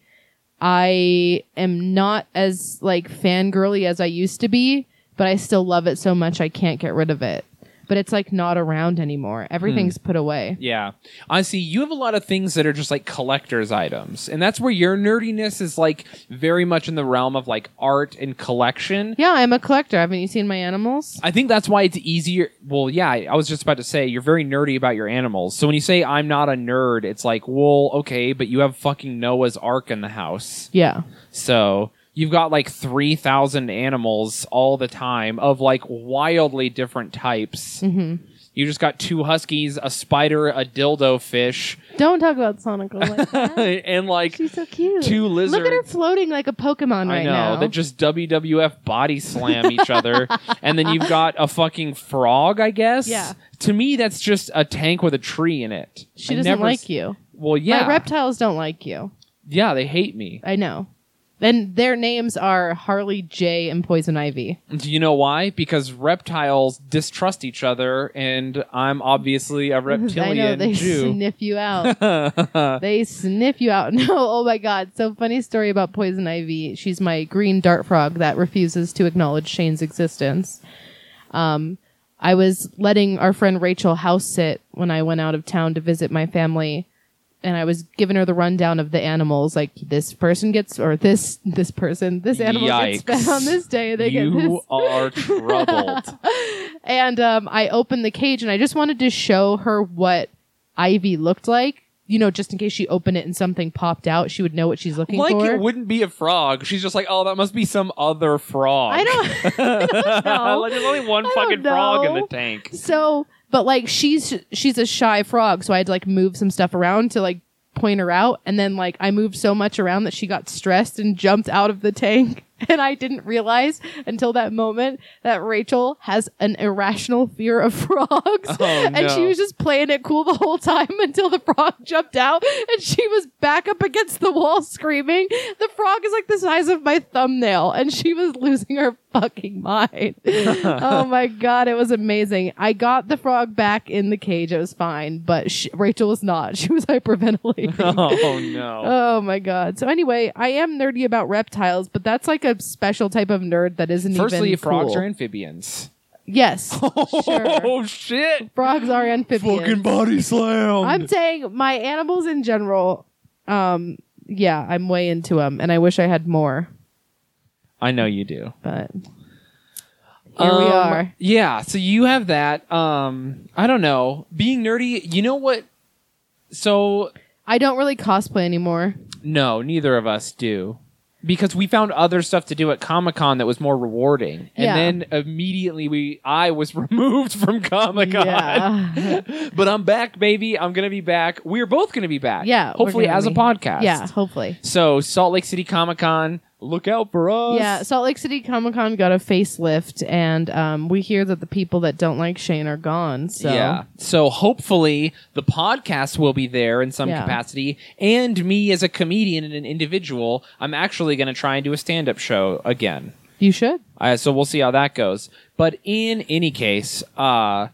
I am not as like fangirly as I used to be, but I still love it so much I can't get rid of it. But it's like not around anymore. Everything's Hmm. put away. Yeah. I see you have a lot of things that are just like collector's items. And that's where your nerdiness is like very much in the realm of like art and collection. Yeah, I'm a collector. Haven't you seen my animals? I think that's why it's easier. Well, yeah, I I was just about to say you're very nerdy about your animals. So when you say I'm not a nerd, it's like, well, okay, but you have fucking Noah's Ark in the house. Yeah. So you've got like 3,000 animals all the time of like wildly different types. Mm-hmm. You just got two huskies, a spider, a dildo fish, Don't talk about Sonic like that. and like She's so cute. two lizards. Look at her floating like a Pokemon right I know now. that just WWF body slam each other, and then you've got a fucking frog, I guess. Yeah. To me, that's just a tank with a tree in it. she I doesn't never like s- you. Well, yeah, My reptiles don't like you. yeah, they hate me. I know. And their names are Harley J and Poison Ivy. Do you know why? Because reptiles distrust each other, and I'm obviously a I know reptilian they Jew. sniff you out. they sniff you out. No, oh my god. So funny story about Poison Ivy. She's my green dart frog that refuses to acknowledge Shane's existence. Um, I was letting our friend Rachel house sit when I went out of town to visit my family, and I was giving her the rundown of the animals. Like this person gets, or this this person, this animal Yikes. gets fed on this day. and They get this you are troubled. and um, I opened the cage and I just wanted to show her what Ivy looked like. you know, just in case she opened it and something popped out, she would know what she's looking Like for. it wouldn't be a frog. She's just like, oh, that must be some other frog. I don't. know. like, there's only one I don't fucking frog in know. the tank. So, but like she's she's a shy frog, so I had to like move some stuff around to like point her out, and then like I moved so much around that she got stressed and jumped out of the tank, and I didn't realize until that moment that Rachel has an irrational fear of frogs, and she Oh, no. was just playing it cool the whole time until the frog jumped out, and she was back up against the wall screaming. The frog is like the size of my thumbnail, and she was losing her fucking mind. oh my god, it was amazing. I got the frog back in the cage. It was fine, but sh- Rachel was not. She was hyperventilating. Oh no. Oh my god. So anyway, I am nerdy about reptiles, but that's like a special type of nerd that isn't Firstly, even frogs cool. are amphibians. Yes. sure. Oh shit! Frogs are amphibians. body slam. I'm saying my animals in general um yeah, I'm way into them and I wish I had more, I know you do. but here we Um, are. Yeah, so you have that. Um, I don't know. Being nerdy, you know what? So I don't really cosplay anymore. no, neither of us do. Because we found other stuff to do at Comic Con that was more rewarding. And Yeah. then immediately we I was removed from Comic Con. Yeah. but I'm back, baby. I'm gonna be back. We're both gonna be back. Yeah, we're Hopefully gonna as a be- podcast. Yeah, hopefully. So Salt Lake City Comic Con, look out for us. Yeah, Salt Lake City Comic Con got a facelift, and um, we hear that the people that don't like Shane are gone. So Yeah. So hopefully the podcast will be there in some Yeah. capacity, and me as a comedian and an individual, I'm actually going to try and do a stand-up show again. you should. Uh, so we'll see how that goes. But in any case, uh,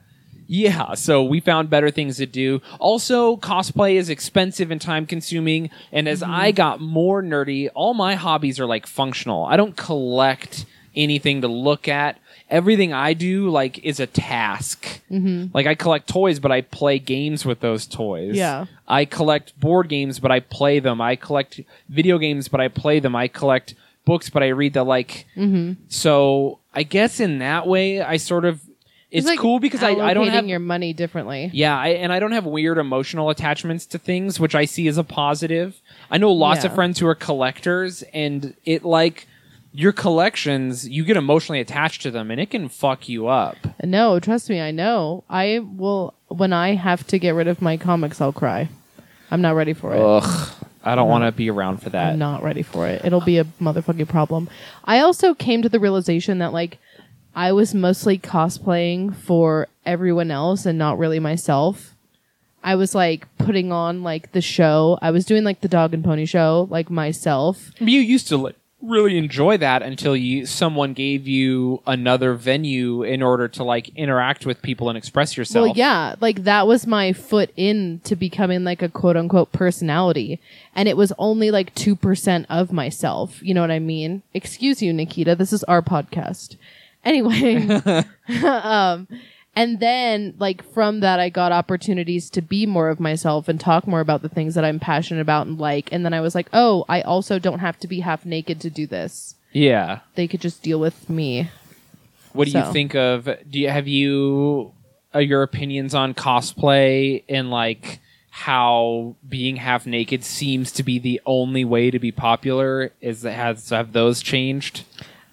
yeah. So we found better things to do. Also, cosplay is expensive and time-consuming, and as I got more nerdy, all my hobbies are like functional. I don't collect anything to look at. Everything I do like is a task. Like I collect toys, but I play games with those toys. Yeah. I collect board games, but I play them. I collect video games, but I play them. I collect books, but I read the like. So I guess in that way, I sort of it's, like, cool because I, I don't allocating have your money differently. yeah, I, and I don't have weird emotional attachments to things, which I see as a positive. I know lots Yeah. of friends who are collectors, and it like your collections, you get emotionally attached to them, and it can fuck you up. No, trust me, I know. I will when I have to get rid of my comics. I'll cry. I'm not ready for it. Ugh, I don't want to be around for that. I'm not ready for it. It'll be a motherfucking problem. I also came to the realization that like I was mostly cosplaying for everyone else and not really myself. I was like putting on like the show. I was doing like the dog and pony show like myself. You used to like, really enjoy that until you someone gave you another venue in order to like interact with people and express yourself. Well, yeah, like that was my foot in to becoming like a quote unquote personality. And it was only like 2% of myself. You know what I mean? Excuse you, Nikita. This is our podcast. Anyway. um, and then like from that, I got opportunities to be more of myself and talk more about the things that I'm passionate about and like. And then I was like, oh, I also don't have to be half naked to do this. Yeah. They could just deal with me. What do you So. think of? Do you have you uh, your opinions on cosplay and like how being half naked seems to be the only way to be popular? Is that has have those changed?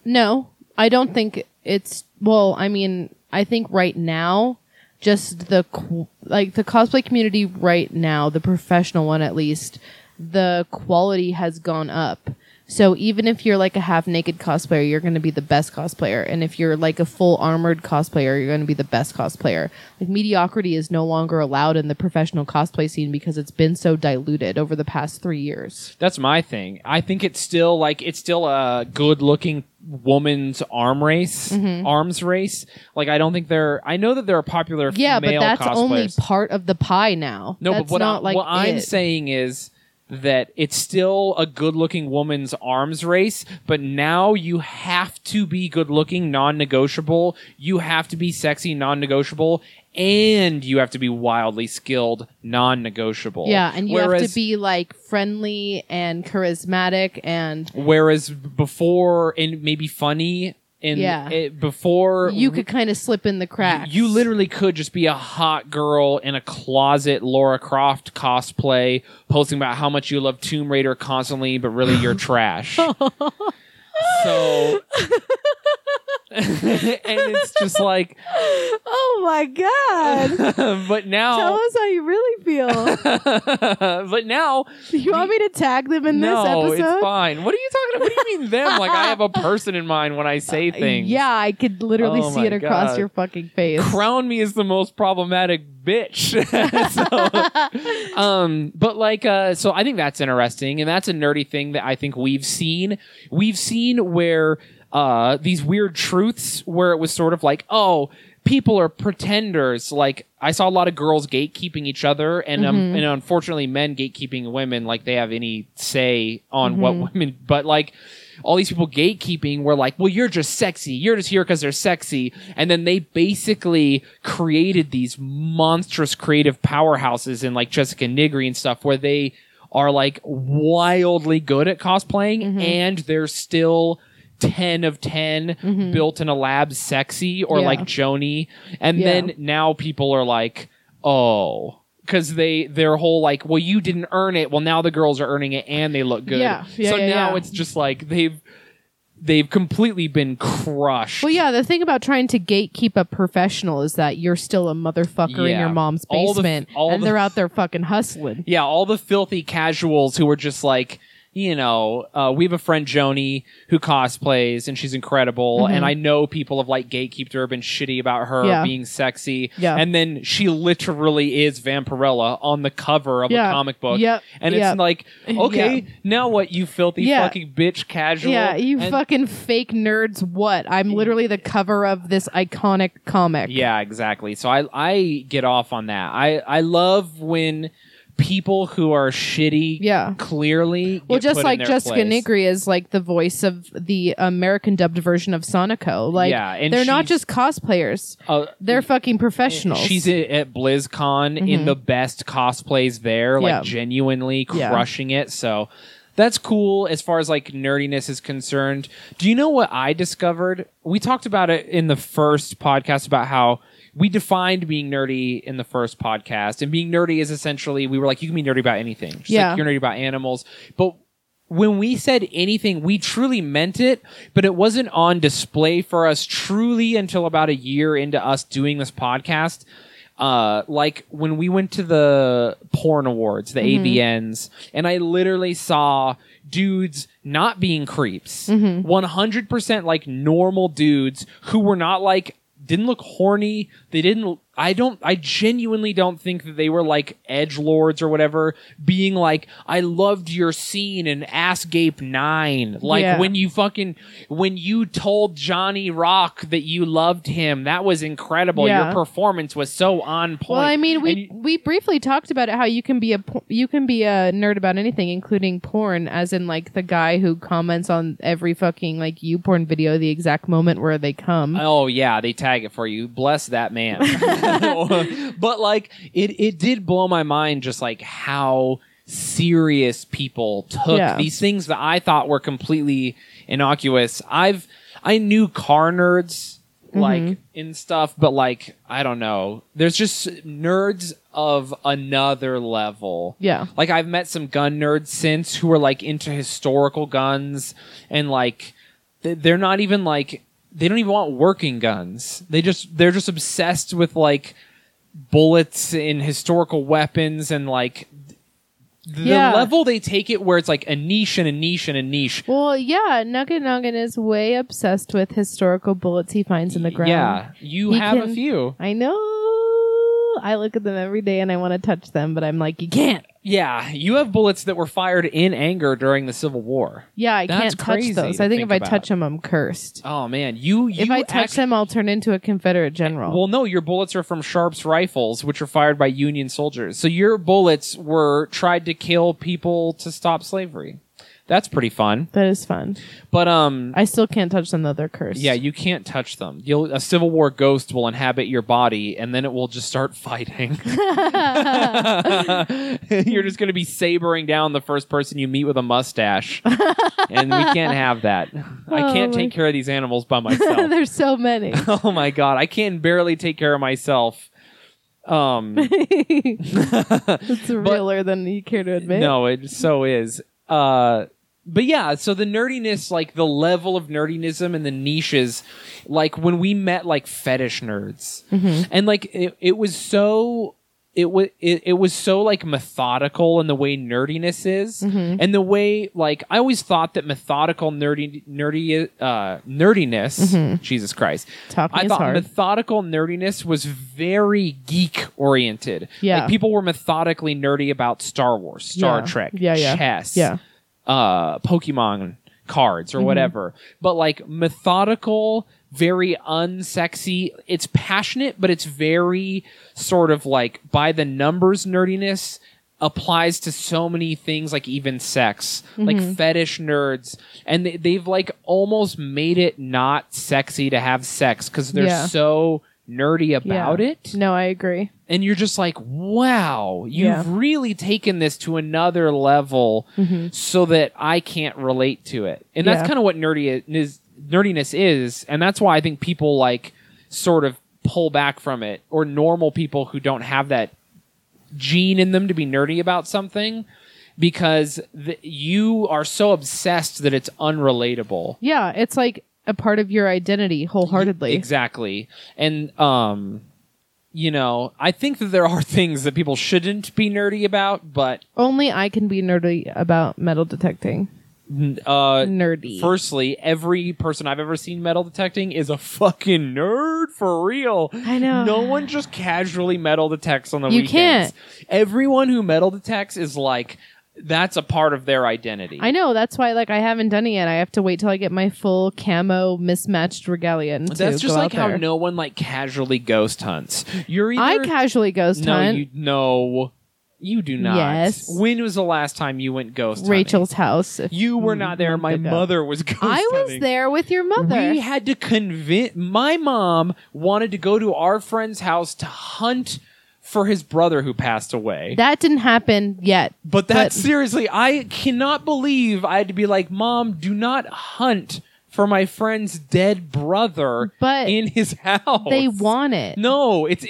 No, I don't think it's. Well, I mean, I think right now, just the qu- like the cosplay community right now, the professional one at least, the quality has gone up. So even if you're like a half naked cosplayer, you're going to be the best cosplayer, and if you're like a full armored cosplayer, you're going to be the best cosplayer. Like mediocrity is no longer allowed in the professional cosplay scene because it's been so diluted over the past three years. That's my thing. I think it's still like it's still a good-looking woman's arm race, Mm-hmm. arms race. Like I don't think they're. I know that there are popular Yeah, but male that's cosplayers. only part of the pie now. No, that's but what, I, not like what I'm it. saying is that it's still a good looking woman's arms race, but now you have to be good looking, non negotiable. You have to be sexy, non negotiable. And you have to be wildly skilled, non negotiable. Yeah, and you have Whereas- to be like friendly and charismatic and Whereas before, and maybe funny and Yeah. it, before you could kind of slip in the cracks. You literally could just be a hot girl in a closet Laura Croft cosplay, posting about how much you love Tomb Raider constantly, but really you're trash. so. and it's just like, Oh my god! but now, us how you really feel. but now, Do you want me to tag them in no, this it's episode? fine. What are you talking about? What do you mean them? Like I have a person in mind when I say things. Uh, Yeah, I could literally Oh see my it across God. your fucking face. crown me as the most problematic bitch. so, um, but like, uh, so I think that's interesting, and that's a nerdy thing that I think we've seen. We've seen where uh, these weird truths, where it was sort of like, oh. People are pretenders. Like I saw a lot of girls gatekeeping each other, and um, and unfortunately, men gatekeeping women. Like they have any say on what women, but like all these people gatekeeping were like, well, you're just sexy. You're just here because they're sexy. And then they basically created these monstrous creative powerhouses in like Jessica Nigri and stuff where they are like wildly good at cosplaying Mm-hmm. and they're still 10 of 10 built in a lab sexy or Mm-hmm. Yeah. like Joni. And Yeah. then now people are like, oh. Because they their whole like, well, you didn't earn it. Well, now the girls are earning it, and they look good. Yeah. Yeah, so yeah, now yeah. it's just like they've they've completely been crushed. Well, yeah, the thing about trying to gatekeep a professional is that you're still a motherfucker in Yeah. your mom's All the- basement, all and the- they're out there fucking hustling. Yeah, all the filthy casuals who were just like, you know, uh, we have a friend Joni who cosplays and she's incredible, and I know people have like gatekeeped her, been shitty about her Mm-hmm. Yeah. being sexy, Yeah. and then she literally is Vampirella on the cover of Yeah. a comic book, Yep. and Yep. it's like, okay, Yeah. now what, you filthy Yeah. fucking bitch casual? Yeah, you And- Mm. fucking fake nerds. What? I'm literally the cover of this iconic comic. Yeah, exactly. So I I get off on that. I I love when people who are shitty, Yeah. clearly. Well, get put just in like their Jessica place. Nigri is like the voice of the American dubbed version of Sonico. Like, Yeah, and they're not she's- just cosplayers; Uh, they're fucking professionals. She's i- at BlizzCon in the best cosplays there, like Yeah. genuinely Yeah. crushing it. So that's cool as far as like nerdiness is concerned. Do you know what I discovered? We talked about it in the first podcast about how we defined being nerdy in the first podcast, and being nerdy is essentially we were like you can be nerdy about anything. Just Yeah. like you're nerdy about animals, but when we said anything, we truly meant it, but it wasn't on display for us truly until about a year into us doing this podcast. Uh, like when we went to the porn awards, the AVNs, and I literally saw dudes not being creeps, 100% like normal dudes who were not like, didn't look horny. They didn't. I don't. I genuinely don't think that they were like edge lords or whatever, being like, "I loved your scene in Ass Gape 9. Like Yeah. when you fucking when you told Johnny Rock that you loved him, that was incredible. Yeah. Your performance was so on point. well, I mean, we And you- we briefly talked about it how you can be a po- you can be a nerd about anything, including porn, as in like the guy who comments on every fucking like you porn video the exact moment where they come. Oh yeah, they tag it for you. Bless that man. but like it it did blow my mind just like how serious people took Yeah. these things that I thought were completely innocuous. I've I knew car nerds like in stuff, but like I don't know. There's just nerds of another level. yeah, Like I've met some gun nerds since who are like into historical guns and like th- they're not even like they don't even want working guns. They just they're just obsessed with like bullets and historical weapons and like th- the Yeah. level they take it where it's like a niche and a niche and a niche. well, yeah. Nugget Noggin is way obsessed with historical bullets he finds in the ground. Yeah, you He have a can- few. I know. I look at them every day and I want to touch them, but I'm like, you can't. Yeah, you have bullets that were fired in anger during the Civil War. Yeah, I That's can't touch crazy those. to I think, think if I about. touch them, I'm cursed. Oh man, you, you if I touch act- them, I'll turn into a Confederate general. Well, no, your bullets are from Sharps rifles, which are fired by Union soldiers. So your bullets were tried to kill people to stop slavery. That's pretty fun. That is fun. But um, I still can't touch them though. They're cursed. yeah, you can't touch them. You'll a Civil War ghost will inhabit your body, and then it will just start fighting. You're just going to be sabering down the first person you meet with a mustache, and we can't have that. I Oh, can't my- take care of these animals by myself. There's so many. oh my god, I can barely take care of myself. Um, it's realer than you care to admit. no, it so is. Uh, but yeah, so the nerdiness, like the level of nerdiness and the niches, like when we met like fetish nerds, and like it, it was so. It was it, it was so like methodical in the way nerdiness is, and the way like I always thought that methodical nerdy nerdy uh, nerdiness, Jesus Christ, Talking I is thought hard. methodical nerdiness was very geek oriented. Yeah. Like people were methodically nerdy about Star Wars, Star Yeah. Trek, Yeah, yeah. chess, Yeah. uh, Pokemon cards Mm-hmm. or whatever. But like methodical, very unsexy. It's passionate, but it's very sort of like by the numbers nerdiness applies to so many things like even sex Mm-hmm. like fetish nerds and they, they've like almost made it not sexy to have sex because they're Yeah. so nerdy about Yeah. it No, I agree. and you're just like, wow, you've Yeah. really taken this to another level so that I can't relate to it. And that's Mm-hmm. Yeah. kind of what nerdy is, nerdiness is. And that's why I think people like sort of pull back from it or normal people who don't have that gene in them to be nerdy about something because th- you are so obsessed that it's unrelatable. Yeah, it's like a part of your identity wholeheartedly. E-, Exactly. And um you know, I think that there are things that people shouldn't be nerdy about, but Only I can be nerdy about metal detecting. uh Nerdy. firstly, every person I've ever seen metal detecting is a fucking nerd for real. I know. No one just casually metal detects on the You weekends. Everyone who metal detects is like that's a part of their identity. I know. That's why, like, I haven't done it yet. I have to wait till I get my full camo mismatched regalia. to that's just go like out how there. no one like casually ghost hunts. You're either I casually ghost no, hunt you no, you do not. Yes. When was the last time you went ghost hunting? Rachel's house. if- you were not there. month My ago. mother was ghost I was hunting. there with your mother. We had to convince. My mom wanted to go to our friend's house to hunt for his brother who passed away. that didn't happen yet. but that but- seriously, I cannot believe I had to be like, Mom, do not hunt for my friend's dead brother But in his house. They want it. No, it's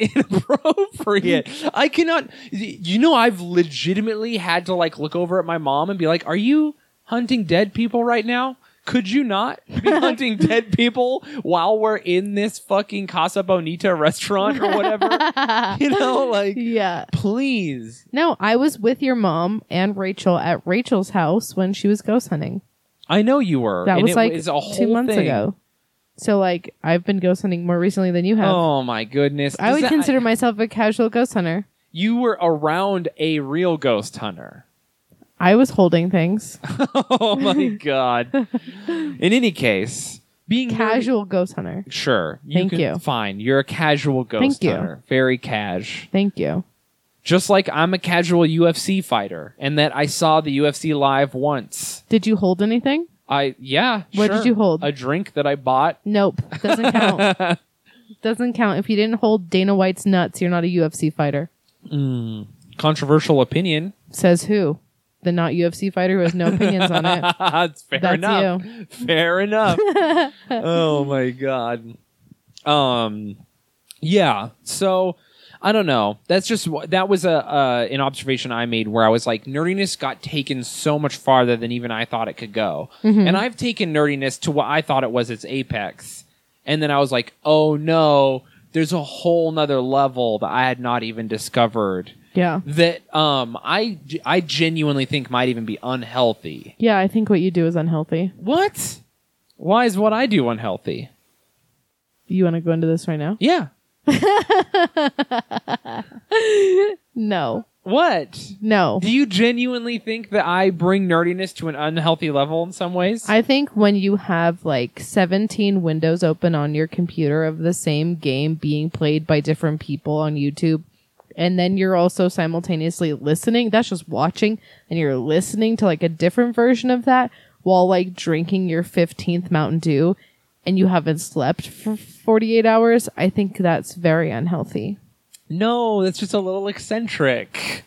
inappropriate. I cannot. You know, I've legitimately had to like look over at my mom and be like, "Are you hunting dead people right now? Could you not be hunting dead people while we're in this fucking Casa Bonita restaurant or whatever? you know, like, Yeah. please." No, I was with your mom and Rachel at Rachel's house when she was ghost hunting. I know you were. That and was it like was a whole two months thing. ago. So like I've been ghost hunting more recently than you have. Oh my goodness! I Does would that- consider myself a casual ghost hunter. you were around a real ghost hunter. I was holding things. oh my god. In any case, being nerdy- Casual ghost hunter. sure. You Thank can, you. Fine. You're a casual ghost Thank you. hunter. Very cash. Thank you. Just like I'm a casual UFC fighter, and that I saw the UFC live once. Did you hold anything? I yeah. What did sure. you hold? A drink that I bought. Nope. Doesn't count. Doesn't count. If you didn't hold Dana White's nuts, you're not a UFC fighter. Controversial opinion. Says who? The not UFC fighter who has no opinions on it. That's fair That's enough. Fair enough. oh my god. Um yeah. So I don't know. That's just wh- that was a uh, an observation I made where I was like nerdiness got taken so much farther than even I thought it could go. And I've taken nerdiness to what I thought it was its apex. And then I was like, "Oh no, there's a whole nother level that I had not even discovered." Yeah. That um I I genuinely think might even be unhealthy. Yeah, I think what you do is unhealthy. What? Why is what I do unhealthy? You want to go into this right now? Yeah. No. What? No. Do you genuinely think that I bring nerdiness to an unhealthy level in some ways? I think when you have like 17 windows open on your computer of the same game being played by different people on YouTube, and then you're also simultaneously listening. That's just watching, and you're listening to like a different version of that while like drinking your 15th Mountain Dew and you haven't slept for 48 hours. I think that's very unhealthy. No, that's just a little eccentric.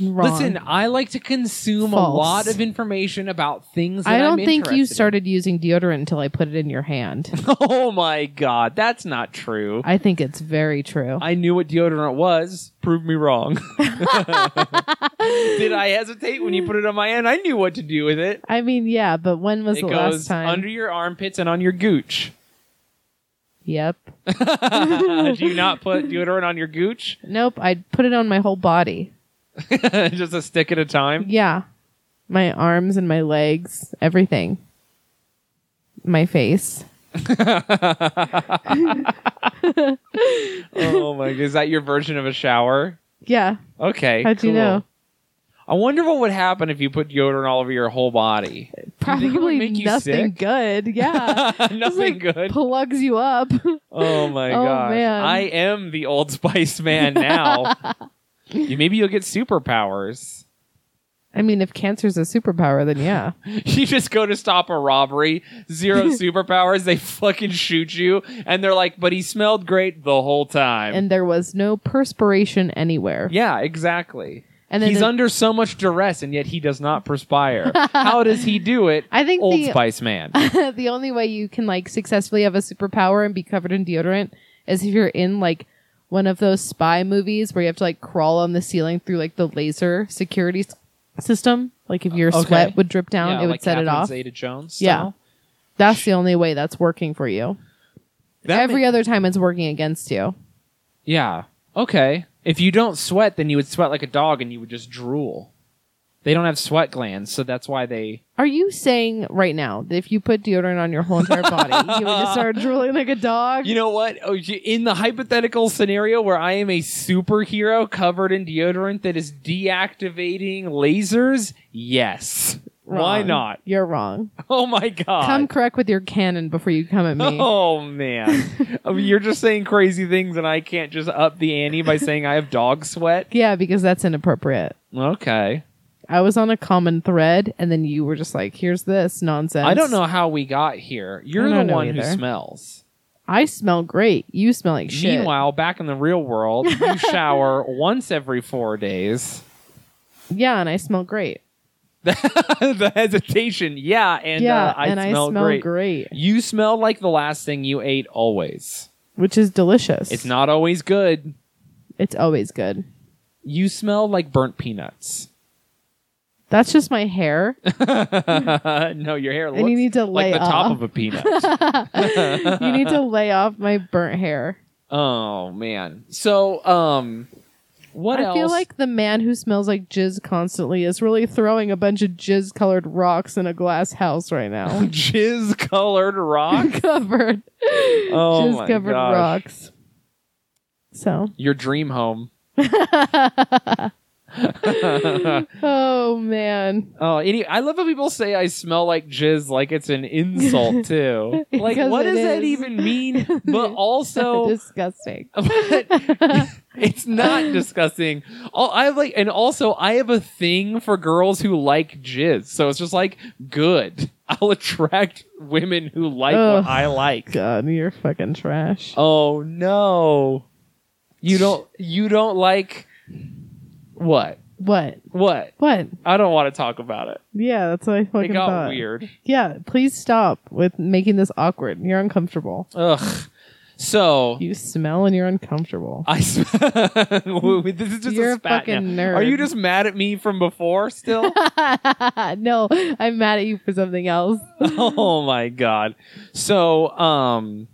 Wrong. Listen, I like to consume False. a lot of information about things. That I don't am think you interested in. started using deodorant until I put it in your hand. Oh my god, that's not true. I think it's very true. I knew what deodorant was. Prove me wrong. Did I hesitate when you put it on my hand? I knew what to do with it. I mean, yeah, but when was it the goes last time? under your armpits and on your gooch. yep. do you not put deodorant on your gooch? Nope. I'd put it on my whole body. Just a stick at a time. Yeah. My arms and my legs, everything. My face. Oh my god, is that your version of a shower? Yeah. Okay. How'd you cool. know? I wonder what would happen if you put deodorant all over your whole body. think it would Probably make you nothing sick? good. Yeah. Just, Nothing like, good. Plugs you up. Oh my Oh, gosh. man. I am the Old Spice man now. you, maybe you'll get superpowers. I mean, if cancer's a superpower, then yeah. You just go to stop a robbery, zero superpowers, they fucking shoot you, and they're like, but he smelled great the whole time. and there was no perspiration anywhere. yeah, exactly. And then He's the- under so much duress, and yet he does not perspire. How does he do it? I think Old the- Spice man. the only way you can like successfully have a superpower and be covered in deodorant is if you're in like one of those spy movies where you have to like crawl on the ceiling through like the laser security s- system. Like if your Okay. sweat would drip down, Yeah, it would like set it Catherine off. Zeta-Jones Yeah. style. That's the only way that's working for you. That Every other time it's working against you. Yeah. Okay. If you don't sweat, then you would sweat like a dog and you would just drool. They don't have sweat glands, so that's why they. Are you saying right now that if you put deodorant on your whole entire body, you would just start drooling like a dog? You know what? Oh, y- In the hypothetical scenario where I am a superhero covered in deodorant that is deactivating lasers, yes. Why Wrong. not? You're wrong. Oh my god. Come correct with your cannon before you come at me. Oh man. I mean, you're just saying crazy things and I can't just up the ante by saying I have dog sweat. Yeah, because that's inappropriate. Okay. I was on a common thread, and then you were just like, "Here's this nonsense." I don't know how we got here. You're don't the know one who either. smells. I smell great. You smell like shit. Meanwhile, back in the real world, you shower once every four days. yeah, and I smell great. the hesitation, yeah, and yeah, uh, I, and smell I smell great. great. You smell like the last thing you ate. Always, which is delicious. it's not always good. It's always good. You smell like burnt peanuts. That's just my hair. no, your hair looks Hmm. you need to like lay the top off. of a peanut. you need to lay off my burnt hair. oh man. So, um, what I else? feel like the man who smells like jizz constantly is really throwing a bunch of jizz-colored rocks in a glass house right now, jizz colored rock. covered Oh my jizz-covered gosh. rocks. So, Your dream home. oh man. Oh, any, I love how people say I smell like jizz like it's an insult too. like, Because what it does that is. even mean? But also, disgusting. it's not disgusting. All, I have like, and also, I have a thing for girls who like jizz. So it's just like good. I'll attract women who like Ugh. what I like. God, you're fucking trash. Oh no, you don't. You don't like what? What? What? What? I don't want to talk about it. Yeah, that's what I fucking It got thought. weird. Yeah, please stop with making this awkward. You're uncomfortable. Ugh. So You smell and you're uncomfortable. I sm- this is just You're a a spat fucking now. nerd. Are you just mad at me from before still? no, I'm mad at you for something else. oh my god. So, um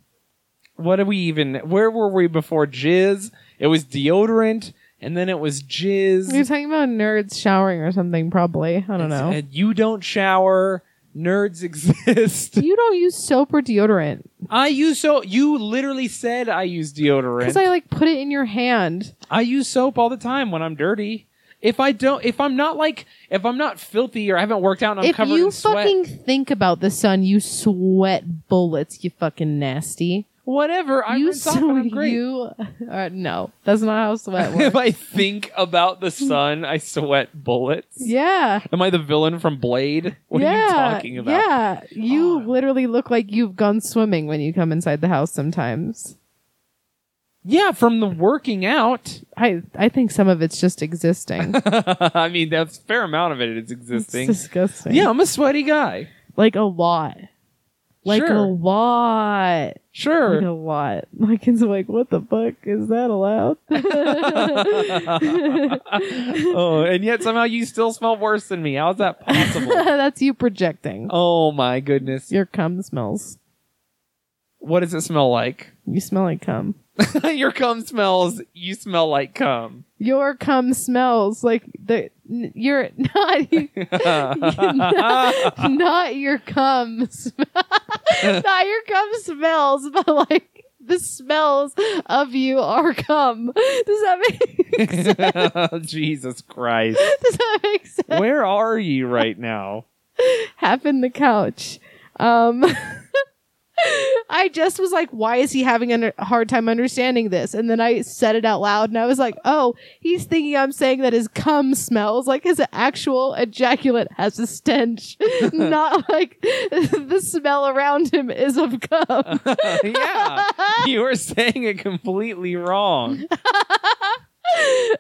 what are we even where were we before jizz? It was deodorant and then it was jizz. You're talking about nerds showering or something, probably. I don't know. And you don't shower. Nerds exist. you don't use soap or deodorant I use so you literally said I use deodorant. because I like put it in your hand. I use soap all the time when I'm dirty. If I don't, if I'm not like, if I'm not filthy or I haven't worked out and I'm if covered you in sweat, fucking think about the sun, you sweat bullets. You fucking nasty. whatever. I'm you rinsed off and I'm great. you uh, no, that's not how sweat if works. I think about the sun, I sweat bullets. yeah. Am I the villain from Blade? What yeah, are you talking about? Yeah, you Oh. literally look like you've gone swimming when you come inside the house sometimes. Yeah, from the working out. I I think some of it's just existing. I mean, that's a fair amount of it is it's existing. disgusting. yeah, I'm a sweaty guy. like a lot. Like Sure. a lot. Like a Sure. lot. My kids are like, what the fuck? Is that allowed? oh, and yet somehow you still smell worse than me. How is that possible? That's you projecting. oh my goodness. Your cum smells. What does it smell like? You smell like cum. Your cum smells. You smell like cum. Your cum smells like the n- you're not not, not your cum smell. not your cum smells, but like the smells of you are cum. Does that make Jesus Christ. does that make sense? Where are you right now? Happen the couch. Um I just was like, why is he having a hard time understanding this? And then I said it out loud and I was like, oh, he's thinking I'm saying that his cum smells like his actual ejaculate has a stench, not like the smell around him is of cum. yeah. You are saying it completely wrong.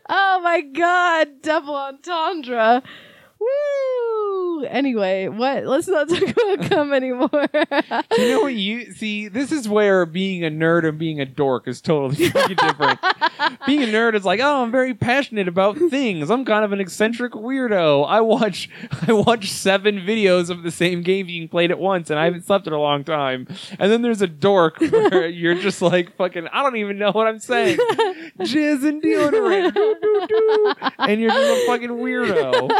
oh my god, double entendre. Woo! Anyway, what? Let's not talk about cum anymore. You know what you see? This is where being a nerd and being a dork is totally fucking different. being a nerd is like, oh, I'm very passionate about things. I'm kind of an eccentric weirdo. I watch, I watch seven videos of the same game being played at once, and I haven't slept in a long time. And then there's a dork where you're just like, fucking, I don't even know what I'm saying. Jizz and deodorant, doo, doo, doo. and you're just a fucking weirdo.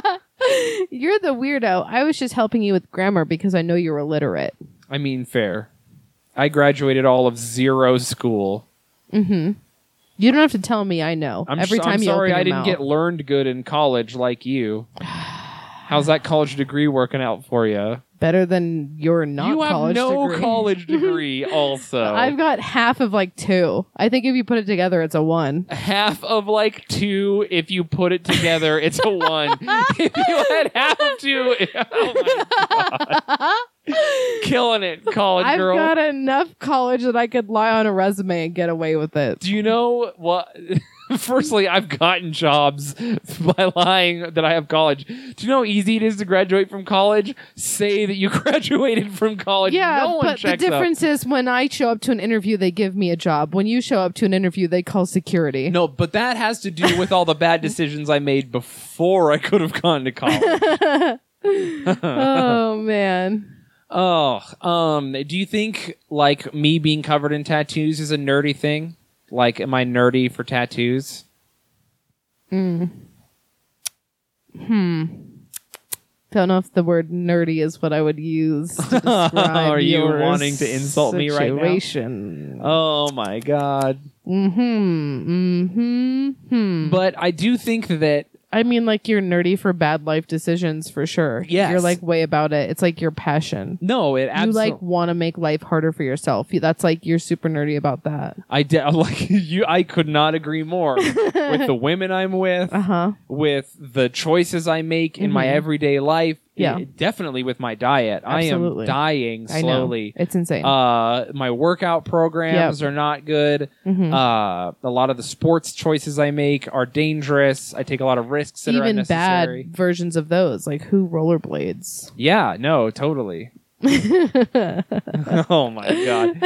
You're the weirdo. I was just helping you with grammar because I know you're illiterate. I mean, fair. I graduated all of zero school. You don't have to tell me. I know. I'm Every s- time I'm you sorry open I your didn't get mouth. learned good in college like you. How's that college degree working out for you? better than your not you have college no degree. college degree. Also, I've got half of like two. I think if you put it together, it's a one. half of like two. If you put it together, it's a one. if you had half of two, oh my god, killing it, college I've girl. got enough college that I could lie on a resume and get away with it. Do you know what? Firstly, I've gotten jobs by lying that I have college. Do you know how easy it is to graduate from college? Say that you graduated from college. yeah, no one but the checks difference is when I show up to an interview, they give me a job. When you show up to an interview, they call security. Up. No, but that has to do with all the bad decisions I made before I could have gone to college. oh man, oh, um, do you think like me being covered in tattoos is a nerdy thing? Like, am I nerdy for tattoos? don't know if the word nerdy is what I would use. To describe Are you your wanting to insult me right now? situation. Oh my god! Mm-hmm. Mm-hmm. Hmm. But I do think that I mean, like you're nerdy for bad life decisions for sure. Yes. You're like way about it. It's like your passion. no, it absolutely. You like want to make life harder for yourself. You- That's like you're super nerdy about that. I de- I'm like you. I could not agree more with the women I'm with, Uh huh. with the choices I make in my everyday life. Mm-hmm. Yeah. i- definitely with my diet. I am Absolutely. dying I know. slowly. It's insane. Uh, my workout programs are not good. Mhm. Uh, a lot of the sports choices I make are dangerous. I take a lot of risks that are Even bad unnecessary. versions of those, like who rollerblades. Yeah, no, totally. oh my god!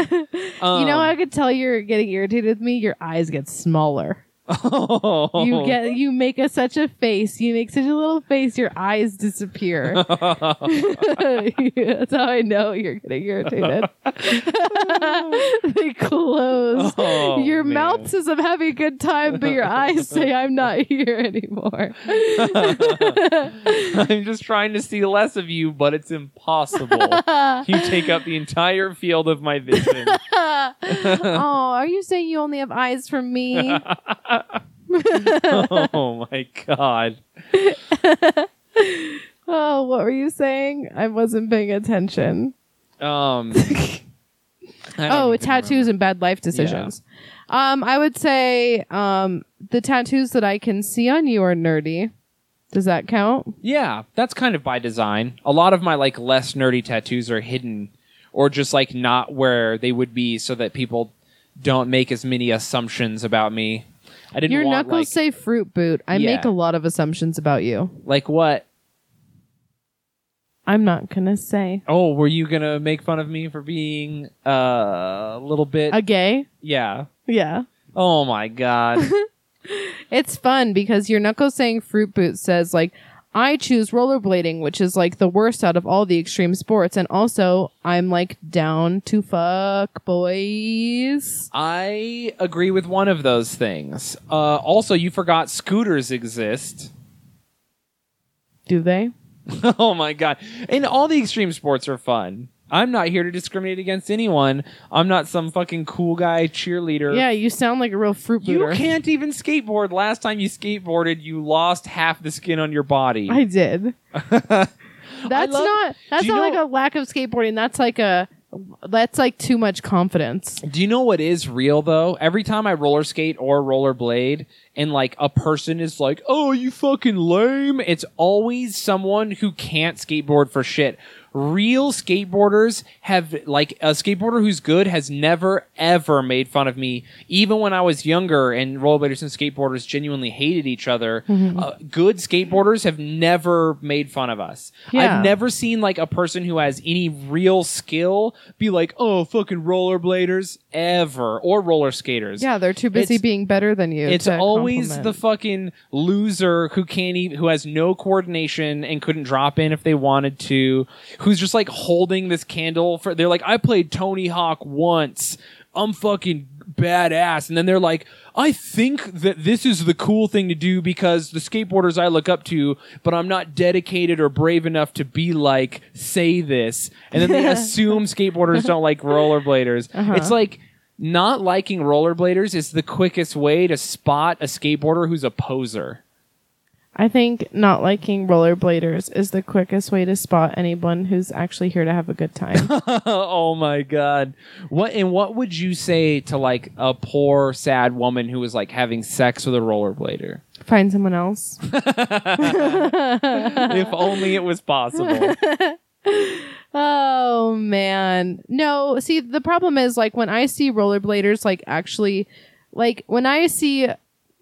Um, you know, I could tell you're getting irritated with me. Your eyes get smaller. oh. You get, you make a, such a face. You make such a little face. Your eyes disappear. That's how I know you're getting irritated. they close. Oh, your man. mouth says I'm having a good time, but your eyes say I'm not here anymore. I'm just trying to see less of you, but it's impossible. you take up the entire field of my vision. oh, are you saying you only have eyes for me? oh my god. oh, what were you saying? I wasn't paying attention. Um I don't Oh, Um, even remember. tattoos and bad life decisions. Um, I would say um, the tattoos that I can see on you are nerdy. Does that count? Yeah, that's kind of by design. A lot of my like less nerdy tattoos are hidden or just like not where they would be so that people don't make as many assumptions about me. I didn't Your want knuckles like, say fruit boot. I Yeah. make a lot of assumptions about you. like what? I'm not gonna say Oh, were you going to make fun of me for being uh, a little bit a gay. yeah. Yeah, Oh my god. it's fun because your knuckles saying fruit boot says like I choose rollerblading, which is like the worst out of all the extreme sports, and also I'm like down to fuck boys. I agree with one of those things. Uh, also, you forgot scooters exist. Do they? oh my god and all the extreme sports are fun i'm not here to discriminate against anyone i'm not some fucking cool guy cheerleader Yeah, you sound like a real fruit you booter. can't even skateboard last time you skateboarded you lost half the skin on your body I did. that's love- not that's Do you not know- like a lack of skateboarding. That's like a that's like too much confidence. do you know what is real though every time i roller skate or rollerblade and like a person is like oh you fucking lame it's always someone who can't skateboard for shit real skateboarders have like a skateboarder who's good has never ever made fun of me even when i was younger and rollerbladers and skateboarders genuinely hated each other uh, good skateboarders have never made fun of us Yeah. i've never seen like a person who has any real skill be like oh fucking rollerbladers ever or roller skaters Yeah, they're too busy It's- being better than you. it's to always the compliment. fucking loser who can't even, who has no coordination and couldn't drop in if they wanted to, who's just like holding this candle for, they're like, I played Tony Hawk once. I'm fucking badass. And then they're like, I think that this is the cool thing to do because the skateboarders I look up to, but I'm not dedicated or brave enough to be like, say this. And then they assume skateboarders don't like rollerbladers. It's like, not liking rollerbladers is the quickest way to spot a skateboarder who's a poser. I think not liking rollerbladers is the quickest way to spot anyone who's actually here to have a good time. oh my god. What and what would you say to like a poor sad woman who was like having sex with a rollerblader? Find someone else. if only it was possible. Oh man. No, see the problem is like when I see rollerbladers like actually like when I see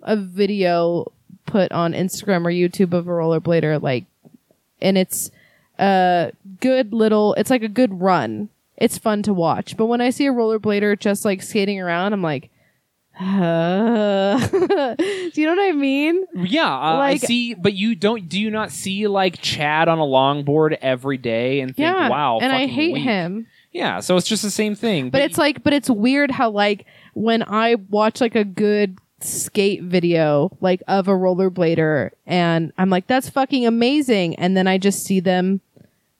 a video put on Instagram or YouTube of a rollerblader like and it's a good little it's like a good run. It's fun to watch. But when I see a rollerblader just like skating around, I'm like Do you know what I mean? yeah, uh, Like- I see, but you don't do you not see like Chad on a longboard every day and think, yeah. "Wow, and I fucking hate weak." him. Yeah, so it's just the same thing. but it's like but it's weird how like when i watch like a good skate video like of a rollerblader and i'm like that's fucking amazing and then i just see them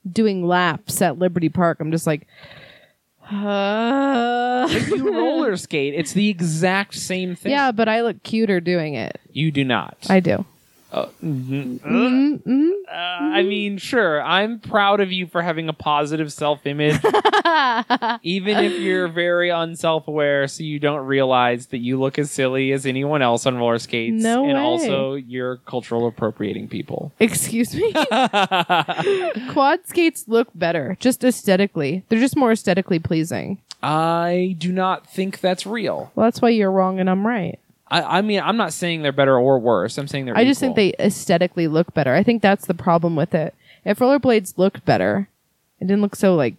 doing laps at liberty park i'm just like if you roller skate, it's the exact same thing. yeah but i look cuter doing it you do not. i do Mm-hmm, Uh, I mean, sure, I'm proud of you for having a positive self image. Even if you're very unself aware, so you don't realize that you look as silly as anyone else on roller skates. No and way. also, you're cultural appropriating people. excuse me quad skates look better just aesthetically they're just more aesthetically pleasing I do not think that's real. well that's why you're wrong and i'm right I, I mean, I'm not saying they're better or worse. I'm saying they're. I just think equal. they aesthetically look better. I think that's the problem with it. If rollerblades looked better, it didn't look so like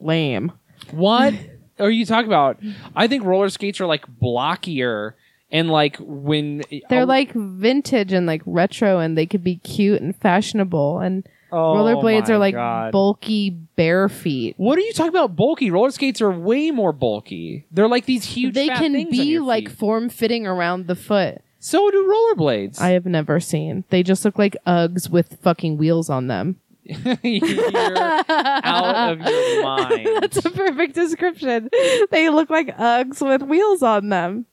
Oh. lame. What are you talking about? I think roller skates are like blockier. And like when They're oh, like vintage and like retro, and they could be cute and fashionable. And oh rollerblades my are like God. bulky bare feet. What are you talking about? Bulky roller skates are way more bulky. They're like these huge. they fat can things on be your like feet. form fitting around the foot. So do rollerblades. I have never seen. They just look like Uggs with fucking wheels on them. You're out of your mind. That's a perfect description. They look like Uggs with wheels on them.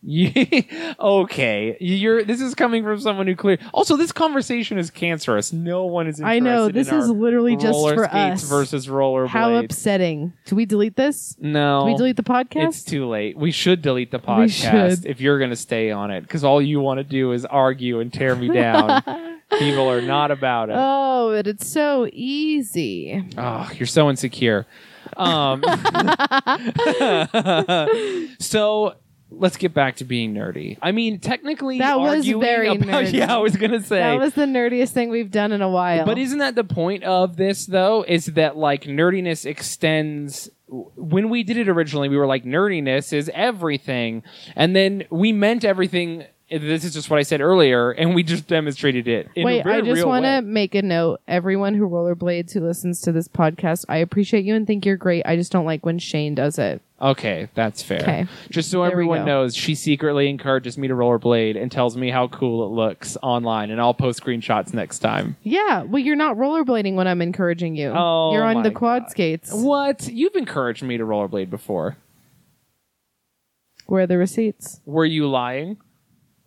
Yeah, okay, you're. This is coming from someone who clear. Also, this conversation is cancerous. No one is. I know interested this in is our literally just roller for skates us. versus roller How blades. upsetting. Do we delete this? no, Do we delete the It's podcast? too late. We should delete the We podcast should. if you're going to stay on it because all you want to do is argue and tear me down. People are not about it. oh, but it's so easy. oh, you're so insecure. Um, so let's get back to being nerdy. I mean, technically, That was arguing very about, nerdy. Yeah, I was going to say. That was the nerdiest thing we've done in a while. But isn't that the point of this though? Is that like nerdiness extends? When we did it originally, we were like nerdiness is everything, and then we meant everything. This is just what I said earlier, and we just demonstrated it. In Wait, a very I just want want to make a note. Everyone who rollerblades who listens to this podcast, I appreciate you and think you're great. I just don't like when Shane does it. Okay, that's fair. Okay. Just so There we everyone go. knows, she secretly encourages me to rollerblade and tells me how cool it looks online, and I'll post screenshots next time. Yeah, well, you're not rollerblading when I'm encouraging you. Oh, you're on my the quad God. skates. What? You've encouraged me to rollerblade before. Where are the receipts? Were you lying?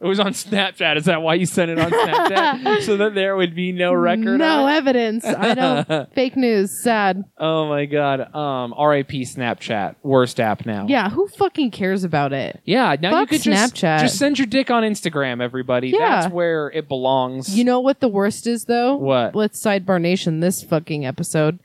It was on Snapchat. Is that why you sent it on Snapchat? so that there would be no record. no on it? evidence. I don't. fake news. Sad. Oh my god. Um. R.I.P. Snapchat. Worst app now. Yeah, who fucking cares about it? Yeah. Now Fuck you could just Snapchat. just send your dick on Instagram, everybody. Yeah. That's where it belongs. You know what the worst is though? What? Let's sidebar nation this fucking episode.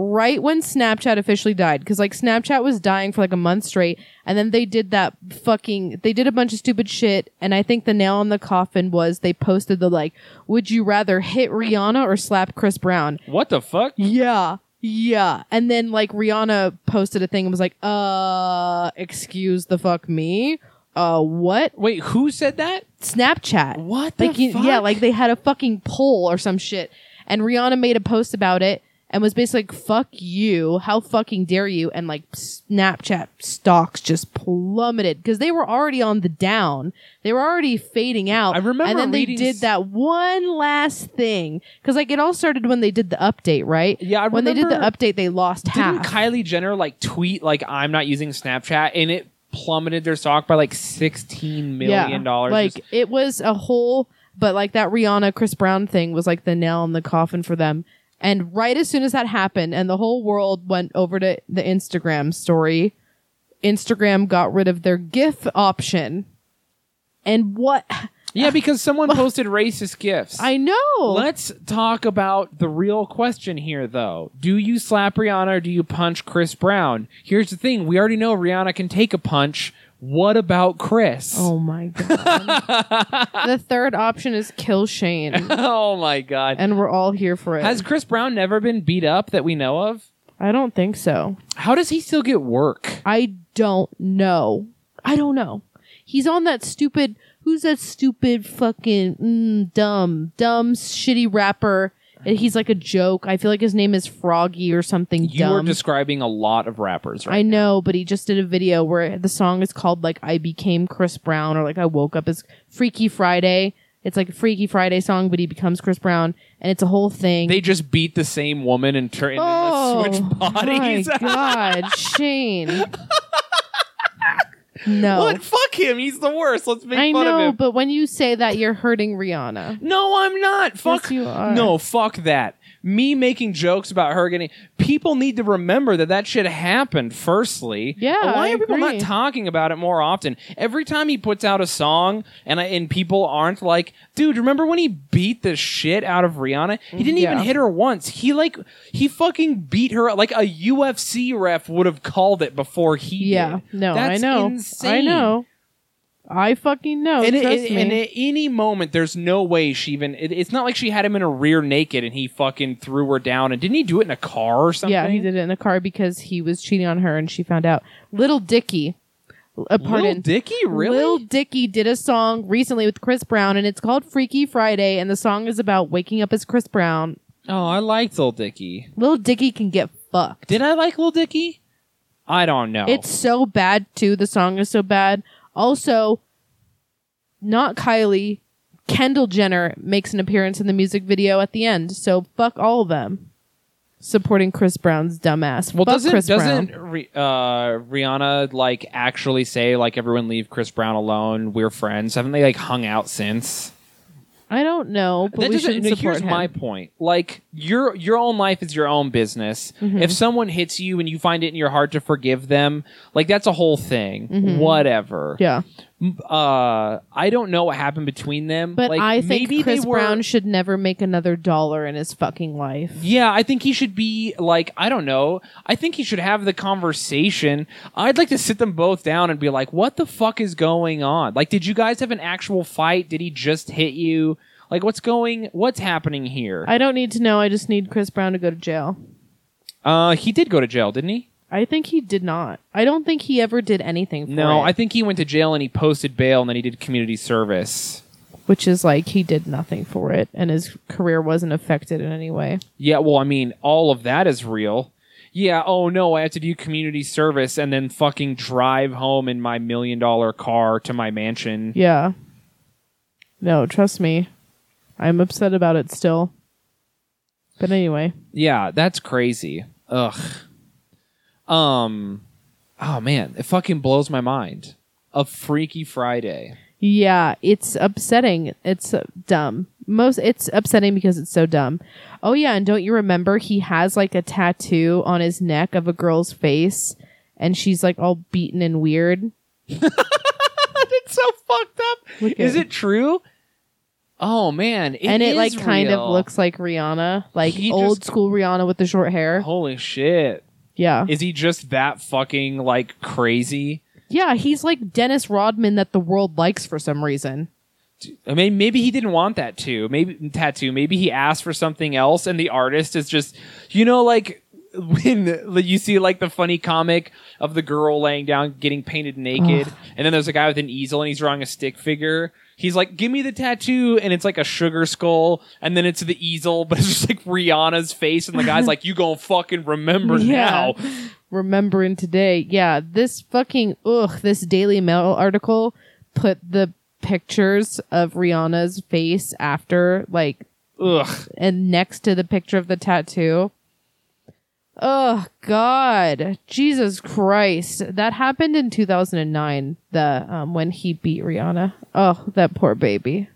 Right when Snapchat officially died, because like Snapchat was dying for like a month straight, and then they did that fucking they did a bunch of stupid shit, and I think the nail on the coffin was they posted the like, would you rather hit Rihanna or slap Chris Brown? what the fuck? Yeah. Yeah. And then like Rihanna posted a thing and was like, uh excuse the fuck me? Uh what? Wait, who said that? Snapchat. What the Like you, yeah, fuck? like they had a fucking poll or some shit, and Rihanna made a post about it and was basically like, "Fuck you! How fucking dare you!" And like Snapchat stocks just plummeted because they were already on the down. They were already fading out. I remember and then they reading did s- that one last thing because like it all started when they did the update, right? Yeah, I when they did the remember- update, they lost half. Didn't Kylie Jenner like tweet like I'm not using Snapchat and it plummeted their stock by like sixteen million dollars? Like Just- it was a whole, but like that Rihanna Chris Brown thing was like the nail in the coffin for them. And right as soon as that happened, and the whole world went over to the Instagram story, Instagram got rid of their GIF option. And what yeah, because someone posted racist gifts. I know, Let's talk about the real question here, though. Do you slap Rihanna or do you punch Chris Brown? Here's the thing we already know Rihanna can take a punch. What about Chris? oh my god, the third option is kill Shane, Oh my God. and we're all here for it. Has Chris Brown never been beat up that we know of? I don't think so. How does he still get work? I don't know. I don't know. He's on that stupid. Who's that stupid fucking mm, dumb, dumb, shitty rapper? And he's like a joke. I feel like his name is Froggy or something You dumb. are describing a lot of rappers right I know, but he just did a video where the song is called like "I Became Chris Brown" or like "I Woke Up as Freaky Friday." It's like a Freaky Friday song, but he becomes Chris Brown, and it's a whole thing. They just beat the same woman and turn and oh then switch bodies. my god, Shane! No, what? Fuck him. He's the worst. Let's make I fun of know, him. but when you say that, you're hurting Rihanna. No, I'm not. Fuck you are. No, fuck that. Me making jokes about her getting people need to remember that that shit happened. Firstly, Yeah, And Why I are people not agree. talking about it more often? Every time he puts out a song, and I, and people aren't like, dude, remember when he beat the shit out of Rihanna? He didn't even Mm-hmm, Yeah. hit her once. He like he fucking beat her like a UFC ref would have called it before he. Yeah, did. no, That's I know, Insane. I know, I fucking know. And, it, Oh, trust it- me. and at any moment, there's no way she even. It, it's not like she had him in a rear naked and he fucking threw her down. And didn't he do it in a car or something? yeah, he did it in a car because he was cheating on her, and she found out. Little Dicky, uh, Little pardon, Dicky, really? Lil Dicky did a song recently with Chris Brown, and it's called Freaky Friday, and the song is about waking up as Chris Brown. oh, I liked Little Dicky. Lil Dicky can get fucked. Did I like Little Dicky? I don't know. It's so bad too. The song is so bad. Also, not Kylie, Kendall Jenner makes an appearance in the music video at the end. So fuck all of them. supporting Chris Brown's dumbass. Well, Fuck doesn't Chris doesn't Brown. Ri- uh, Rihanna like actually say like everyone leave Chris Brown alone? We're friends. Haven't they like hung out since? I don't know, but that we doesn't- should no, support here's him. my point. Like your your own life is your own business. Mm-hmm. If someone hits you and you find it in your heart to forgive them, like that's a whole thing. Whatever. Mm-hmm. yeah, Uh, I don't know what happened between them. but like, I think maybe Chris they were, Brown should never make another dollar in his fucking life. Yeah, I think he should be like, I don't know. I think he should have the conversation. I'd like to sit them both down and be like, what the fuck is going on? Like, did you guys have an actual fight? Did he just hit you? Like, what's going, what's happening here? I don't need to know. I just need Chris Brown to go to jail. uh, he did go to jail, didn't he? I think he did not. I don't think he ever did anything. For No, it, I think he went to jail and he posted bail and then he did community service. which is like he did nothing for it, and his career wasn't affected in any way. Yeah, well, I mean, all of that is real. Yeah, oh no, I have to do community service and then fucking drive home in my million dollar car to my mansion. Yeah. No, trust me, I'm upset about it still. But anyway, Yeah, that's crazy. Ugh. Um oh man, it fucking blows my mind. A freaky Friday. yeah, it's upsetting. It's uh, dumb. Most it's upsetting because it's so dumb. Oh yeah, and don't you remember he has like a tattoo on his neck of a girl's face, and she's like all beaten and weird. it's so fucked up. Look at Is it. it true? Oh man, and it is like kind real. of looks like Rihanna, like He old just- school Rihanna with the short hair. Holy shit. Yeah. Is he just that fucking like crazy? Yeah, he's like Dennis Rodman that the world likes for some reason. I mean, maybe he didn't want that too. Maybe tattoo. Maybe he asked for something else, and the artist is just, you know, like when the- you see like the funny comic of the girl laying down getting painted naked, and then there's a guy with an easel and he's drawing a stick figure. He's like, "Give me the tattoo," and it's like a sugar skull, and then it's the easel, but it's just like Rihanna's face, and the guy's like, "You gonna fucking remember Yeah. now?" Remembering today, yeah, this fucking ugh, this Daily Mail article put the pictures of Rihanna's face after like Ugh. and next to the picture of the tattoo. Oh God, Jesus Christ! That happened in 2009. The um, when he beat Rihanna. Oh, that poor baby.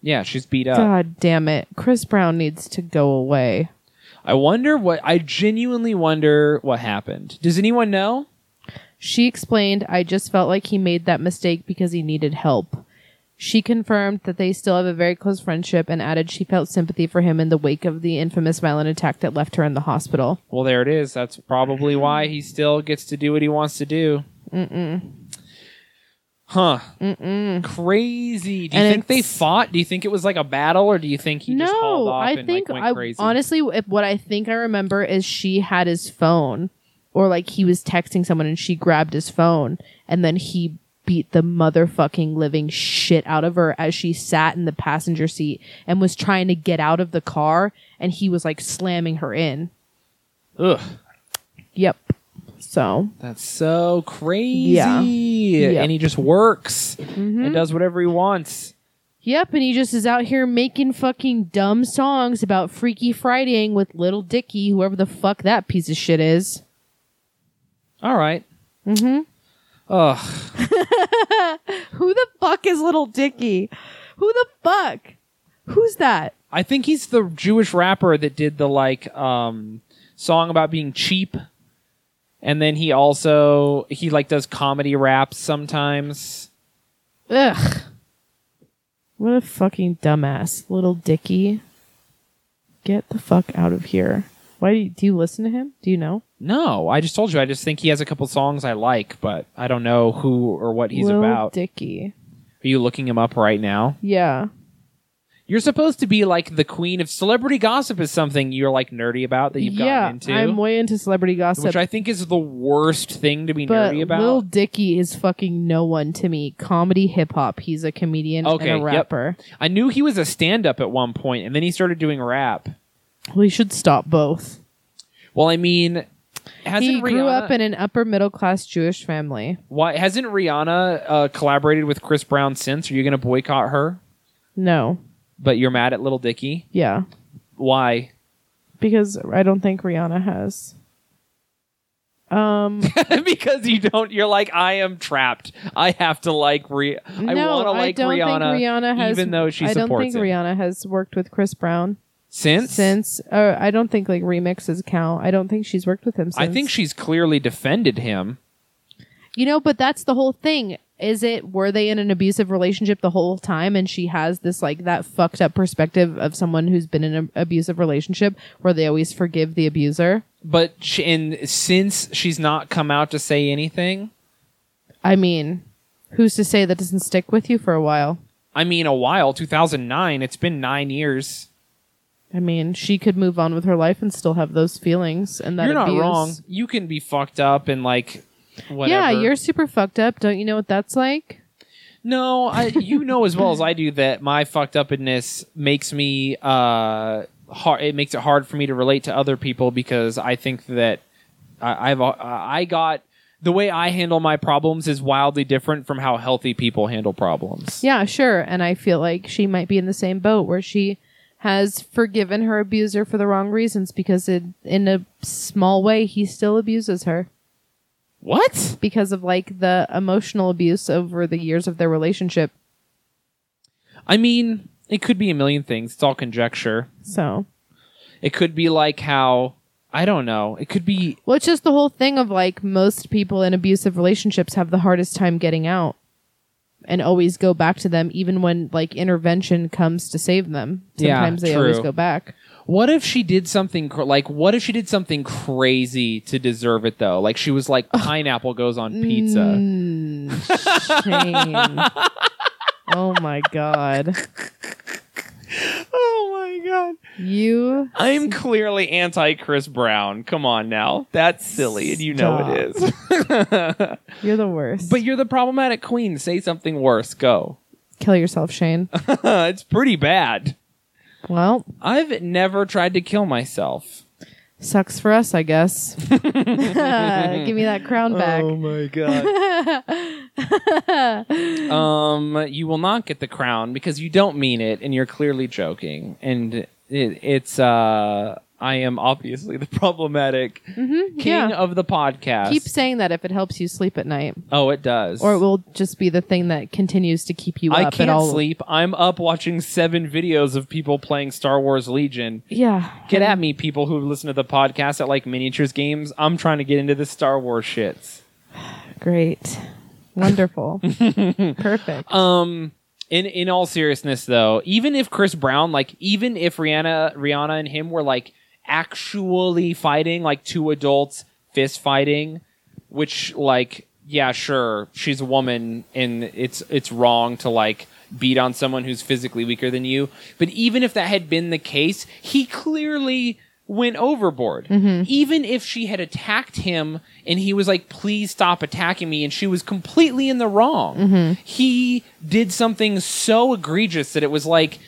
Yeah, she's beat up. God damn it! Chris Brown needs to go away. I wonder what. I genuinely wonder what happened. Does anyone know? She explained, I just felt like he made that mistake because he needed help. She confirmed that they still have a very close friendship and added she felt sympathy for him in the wake of the infamous violent attack that left her in the hospital. Well, there it is. That's probably why he still gets to do what he wants to do. Mm-mm. Huh. Mm-mm. Crazy. Do you And think they it's- fought? Do you think it was like a battle, or do you think he just hauled no, off I and think like, went I crazy? honestly, if, what I think I remember is she had his phone or like he was texting someone and she grabbed his phone and then he beat the motherfucking living shit out of her as she sat in the passenger seat and was trying to get out of the car and he was like slamming her in. Ugh, Yep. So that's so crazy. Yeah. Yeah. Mm-hmm. And he just works and does whatever he wants. yep, and he just is out here making fucking dumb songs about Freaky Fridaying with Little Dicky, whoever the fuck that piece of shit is. All right. Mm-hmm. Ugh. Who the fuck is Little Dicky? Who the fuck? Who's that? I think he's the Jewish rapper that did the like um song about being cheap. And then he also he like does comedy raps sometimes. Ugh. What a fucking dumbass, Little Dicky. Get the fuck out of here. Why do you, do you listen to him? Do you know? No, I just told you I just think he has a couple songs I like, but I don't know who or what he's Lil about. Dicky. Are you looking him up right now? Yeah. You're supposed to be like the queen of celebrity gossip is something you're like nerdy about that you've yeah, gotten into. I'm way into celebrity gossip. which I think is the worst thing to be but nerdy about. Lil Dicky is fucking no one to me. Comedy hip hop. He's a comedian Okay, and a yep. rapper. I knew he was a stand up at one point and then he started doing rap. We should stop both. Well, I mean, hasn't he grew Rihanna, up in an upper middle class Jewish family. why hasn't Rihanna uh, collaborated with Chris Brown since? Are you going to boycott her? No. But you're mad at Little Dicky. Yeah. Why? because I don't think Rihanna has. Um, because you don't. You're like, I am trapped. I have to like re. I no, want to I like don't Rihanna, think Rihanna has. even though she I don't supports think it. Rihanna has worked with Chris Brown Since since. Uh, I don't think like remixes count. I don't think she's worked with him. Since. I think she's clearly defended him. You know, but that's the whole thing. Is it were they in an abusive relationship the whole time and she has this like that fucked up perspective of someone who's been in an abusive relationship where they always forgive the abuser? But she, and since she's not come out to say anything, I mean, who's to say that doesn't stick with you for a while? I mean, a while, 2009, it's been nine years. I mean, she could move on with her life and still have those feelings and that You're not abuse. wrong. You can be fucked up and like whatever. Yeah, you're super fucked up. Don't you know what that's like? No, I, you know as well as I do that my fucked upness makes me uh hard. It makes it hard for me to relate to other people because I think that I, I've uh, I got the way I handle my problems is wildly different from how healthy people handle problems. Yeah, sure. And I feel like she might be in the same boat where she has forgiven her abuser for the wrong reasons because it, in a small way he still abuses her What? because of like the emotional abuse over the years of their relationship. I mean, it could be a million things. It's all conjecture. So, It could be like how I don't know. It could be well, it's just the whole thing of like most people in abusive relationships have the hardest time getting out and always go back to them even when like intervention comes to save them. Yeah, Sometimes they always true. go back. What if she did something cr- like what if she did something crazy to deserve it though? Like she was like pineapple goes on pizza. Mm, Shane. oh my god. Oh my god. You I'm clearly anti Chris Brown. Come on now. That's silly and you know it is. you're the worst. but you're the problematic queen. Say something worse. Go. kill yourself, Shane. it's pretty bad. Well, I've never tried to kill myself. sucks for us, I guess. Give me that crown Oh, back. my god. Oh um, you will not get the crown because you don't mean it, and you're clearly joking. And it, it's uh, I am obviously the problematic king Mm-hmm. yeah. of the podcast. Keep saying that if it helps you sleep at night, oh, it does. or it will just be the thing that continues to keep you I up at can't all. sleep. I'm up watching seven videos of people playing Star Wars Legion. Yeah, Get at me, people who listen to the podcast that like miniatures games. I'm trying to get into this Star Wars shits. great, wonderful, perfect. Um, in in all seriousness, though, even if Chris Brown, like, even if Rihanna, Rihanna and him were like actually fighting, like two adults fist fighting, which, like, yeah, sure, she's a woman, and it's it's wrong to like beat on someone who's physically weaker than you. But even if that had been the case, he clearly went overboard. Mm-hmm. Even if she had attacked him and he was like, please stop attacking me, and she was completely in the wrong, Mm-hmm. he did something so egregious that it was like,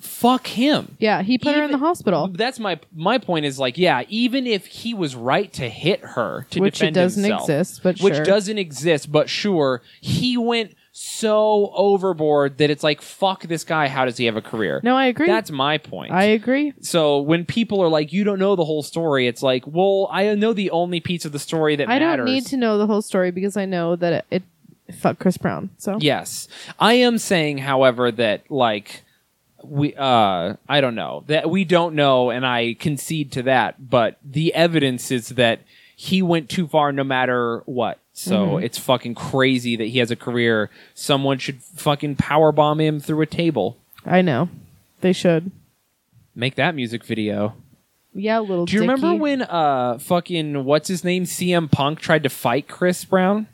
fuck him. yeah, he put her in the even- hospital, That's my my point is like yeah even if he was right to hit her to which it defend doesn't himself, exist, but which sure. doesn't exist but sure he went so overboard that it's like fuck this guy how does he have a career No, I agree. that's my point I agree. so when people are like, you don't know the whole story, it's like, well, I know the only piece of the story that I matters. don't need to know the whole story because I know that it, it fuck Chris Brown. So Yes, I am saying, however, that like we, uh, I don't know that we don't know, and I concede to that. But the evidence is that he went too far, no matter what. So Mm-hmm. it's fucking crazy that he has a career. Someone should fucking power bomb him through a table. I know they should. Make that music video. Yeah, little. Do you remember dicky. when uh fucking what's his name CM Punk tried to fight Chris Brown?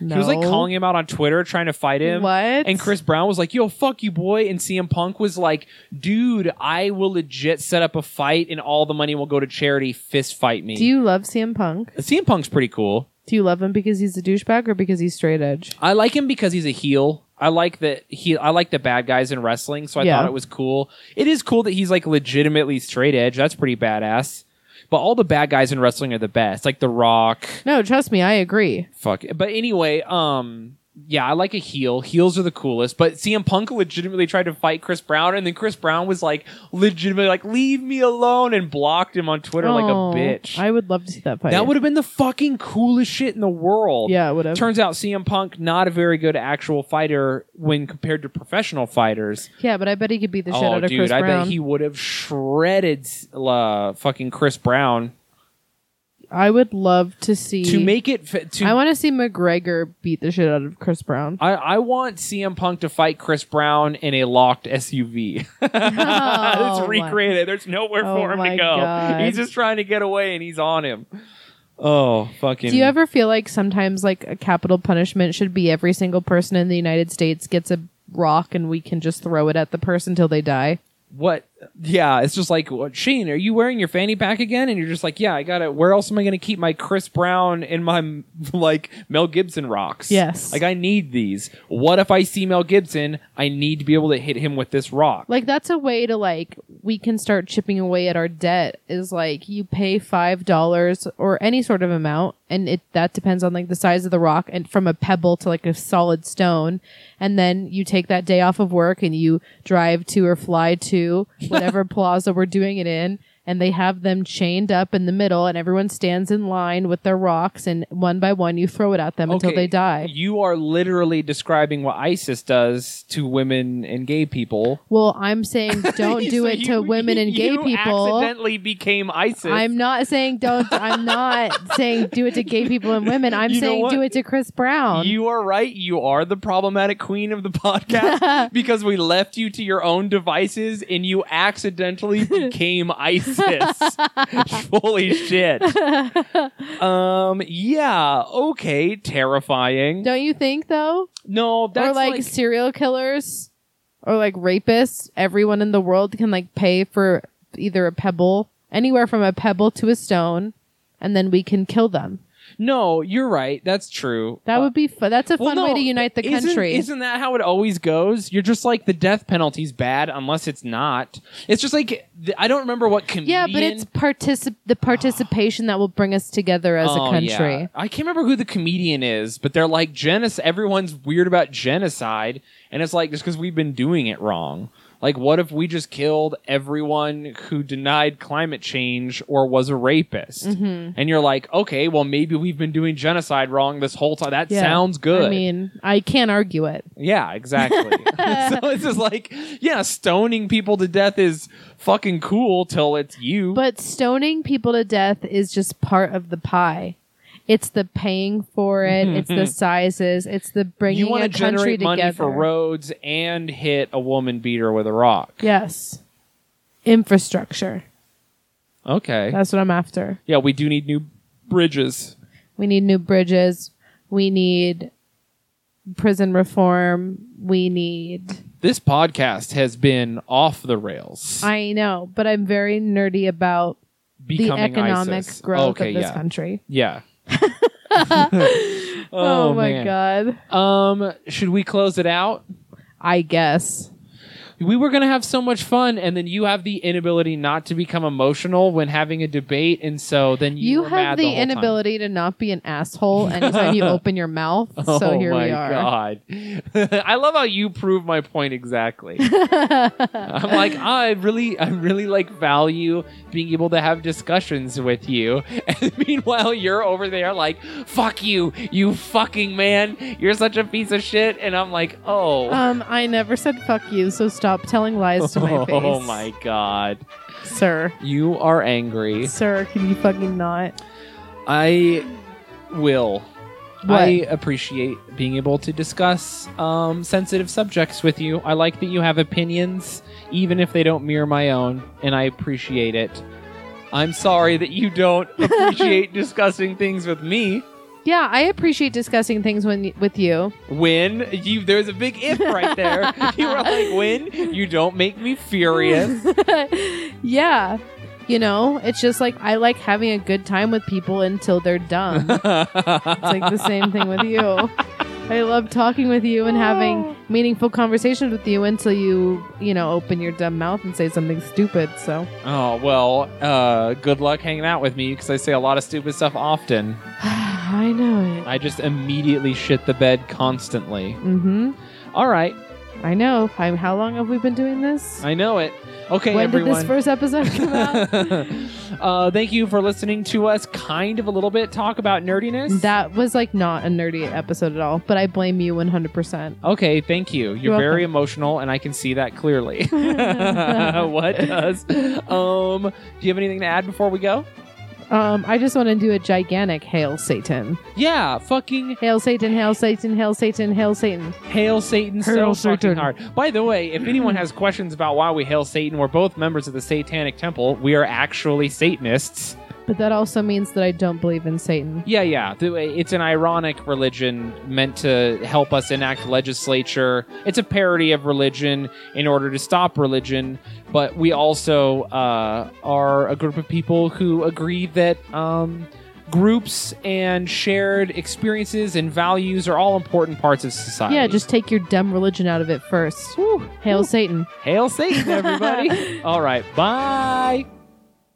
no. He was like calling him out on Twitter trying to fight him. What? And Chris Brown was like, "Yo, fuck you, boy." And CM Punk was like, "Dude, I will legit set up a fight and all the money will go to charity. Fist fight me." Do you love CM Punk? CM Punk's pretty cool. Do you love him because he's a douchebag or because he's straight edge? I like him because he's a heel. I like that he I like the bad guys in wrestling, so I Yeah. thought it was cool. It is cool that he's like legitimately straight edge. That's pretty badass. But all the bad guys in wrestling are the best, like The Rock, No, trust me, I agree. fuck it. but anyway um yeah, I like a heel. Heels are the coolest. But CM Punk legitimately tried to fight Chris Brown, and then Chris Brown was like, legitimately like, leave me alone, and blocked him on Twitter like Oh, a bitch. I would love to see that fight. that would have been the fucking coolest shit in the world. Yeah, it would have. Turns out CM Punk not a very good actual fighter when compared to professional fighters. yeah, but I bet he could beat the shit oh, out of dude, Chris I Brown. bet he would have shredded uh, fucking Chris Brown I would love to see. to make it. Fa- to I want to see McGregor beat the shit out of Chris Brown. I, I want CM Punk to fight Chris Brown in a locked SUV. Oh my- it's recreated. There's nowhere Oh for him my to go. God. He's just trying to get away and he's on him. Oh, fucking. Do you ever feel like sometimes like a capital punishment should be every single person in the United States gets a rock and we can just throw it at the person till they die? What? Yeah, it's just like, what, Shane, are you wearing your fanny pack again? And you're just like, yeah, I got it. Where else am I going to keep my Chris Brown and my, like, Mel Gibson rocks? Yes. Like, I need these. What if I see Mel Gibson? I need to be able to hit him with this rock. Like that's a way to like we can start chipping away at our debt is like you pay five dollars or any sort of amount and it that depends on like the size of the rock and from a pebble to like a solid stone and then you take that day off of work and you drive to or fly to whatever plaza we're doing it in and they have them chained up in the middle and everyone stands in line with their rocks and one by one you throw it at them until they die. You are literally describing what ISIS does to women and gay people. Well, I'm saying don't do So it to you- women and gay you people. Accidentally became ISIS. I'm not saying don't. I'm not saying do it to gay people and women. I'm You know saying do what? it to Chris Brown. you are right. You are the problematic queen of the podcast because we left you to your own devices and you accidentally became ISIS. Holy shit. Um. Yeah. Okay. Terrifying. Don't you think though? No. That's or like, like serial killers, or like rapists. Everyone in the world can like pay for either a pebble, anywhere from a pebble to a stone, and then we can kill them. no. You're right. That's true. That Uh, would be fun. That's a Well, fun way no, to unite the isn't- country. Isn't, that how it always goes? You're just like the death penalty's bad unless it's not. It's just like th- I don't remember what comedian. yeah, but it's particip- the participation that will bring us together as Oh, a country. yeah. I can't remember who the comedian is, but they're like genocide. Everyone's weird about genocide, and it's like just because we've been doing it wrong. Like, what if we just killed everyone who denied climate change or was a rapist? Mm-hmm. And you're like, okay, well, maybe we've been doing genocide wrong this whole time. That Yeah. sounds good. I mean, I can't argue it. Yeah, exactly. so it's just like, yeah, stoning people to death is fucking cool till it's you. But stoning people to death is just part of the pie. It's the paying for it. It's the sizes. It's the Mm-hmm. bringing you want a to country generate money together. for roads and hit a woman beater with a rock. Yes, infrastructure. Okay. That's what I'm after. yeah, we do need new bridges. We need new bridges. We need prison reform. We need. This podcast has been off the rails. I know, but I'm very nerdy about becoming the economic ISIS. growth okay, of this yeah. country. Yeah. Oh, my man. god! Um, should we close it out? I guess. we were going to have so much fun and then you have the inability not to become emotional when having a debate and so then you, You were have mad the, the, whole time. inability to not be an asshole anytime you open your mouth. so oh here my we are. god i love how you prove my point exactly i'm like i really i really like value being able to have discussions with you and meanwhile you're over there like fuck you you fucking man you're such a piece of shit and i'm like oh Um, I never said fuck you, so stop telling lies to my face. oh my god Sir. you are angry Sir, can you fucking not? I will. What? I appreciate being able to discuss um, sensitive subjects with you. I like that you have opinions, even if they don't mirror my own, and I appreciate it. I'm sorry that you don't appreciate discussing things with me. Yeah, I appreciate discussing things when with you. When you there's a big if right there. you were like, when you don't make me furious. yeah. You know, it's just like I like having a good time with people until they're dumb. it's like the same thing with you. I love talking with you and having meaningful conversations with you until you, you know, open your dumb mouth and say something stupid. So Oh well, uh, good luck hanging out with me because I say a lot of stupid stuff often. I know it. I just immediately shit the bed constantly. mm-hmm. All right, I know. How, how long have we been doing this? I know it. Okay, when everyone. did this first episode come out? uh, thank you for listening to us kind of a little bit talk about nerdiness. that was like not a nerdy episode at all, but I blame you 100%. okay, thank you. You're, You're very welcome. emotional, and I can see that clearly. what does? Um, do you have anything to add before we go? Um, I just want to do a gigantic Hail Satan. Yeah, fucking Hail Satan, Hail Satan, Hail Satan, Hail Satan. hail Satan Hail so fucking Satan. hard. By the way, if anyone has questions about why we hail Satan, we're both members of the Satanic Temple. We are actually Satanists. But that also means that I don't believe in Satan. Yeah, yeah. The- It's an ironic religion meant to help us enact legislature. It's a parody of religion in order to stop religion. But we also uh, are a group of people who agree that um, groups and shared experiences and values are all important parts of society. Yeah, just take your dumb religion out of it first. Hail Satan. hail Satan, everybody. all right, bye.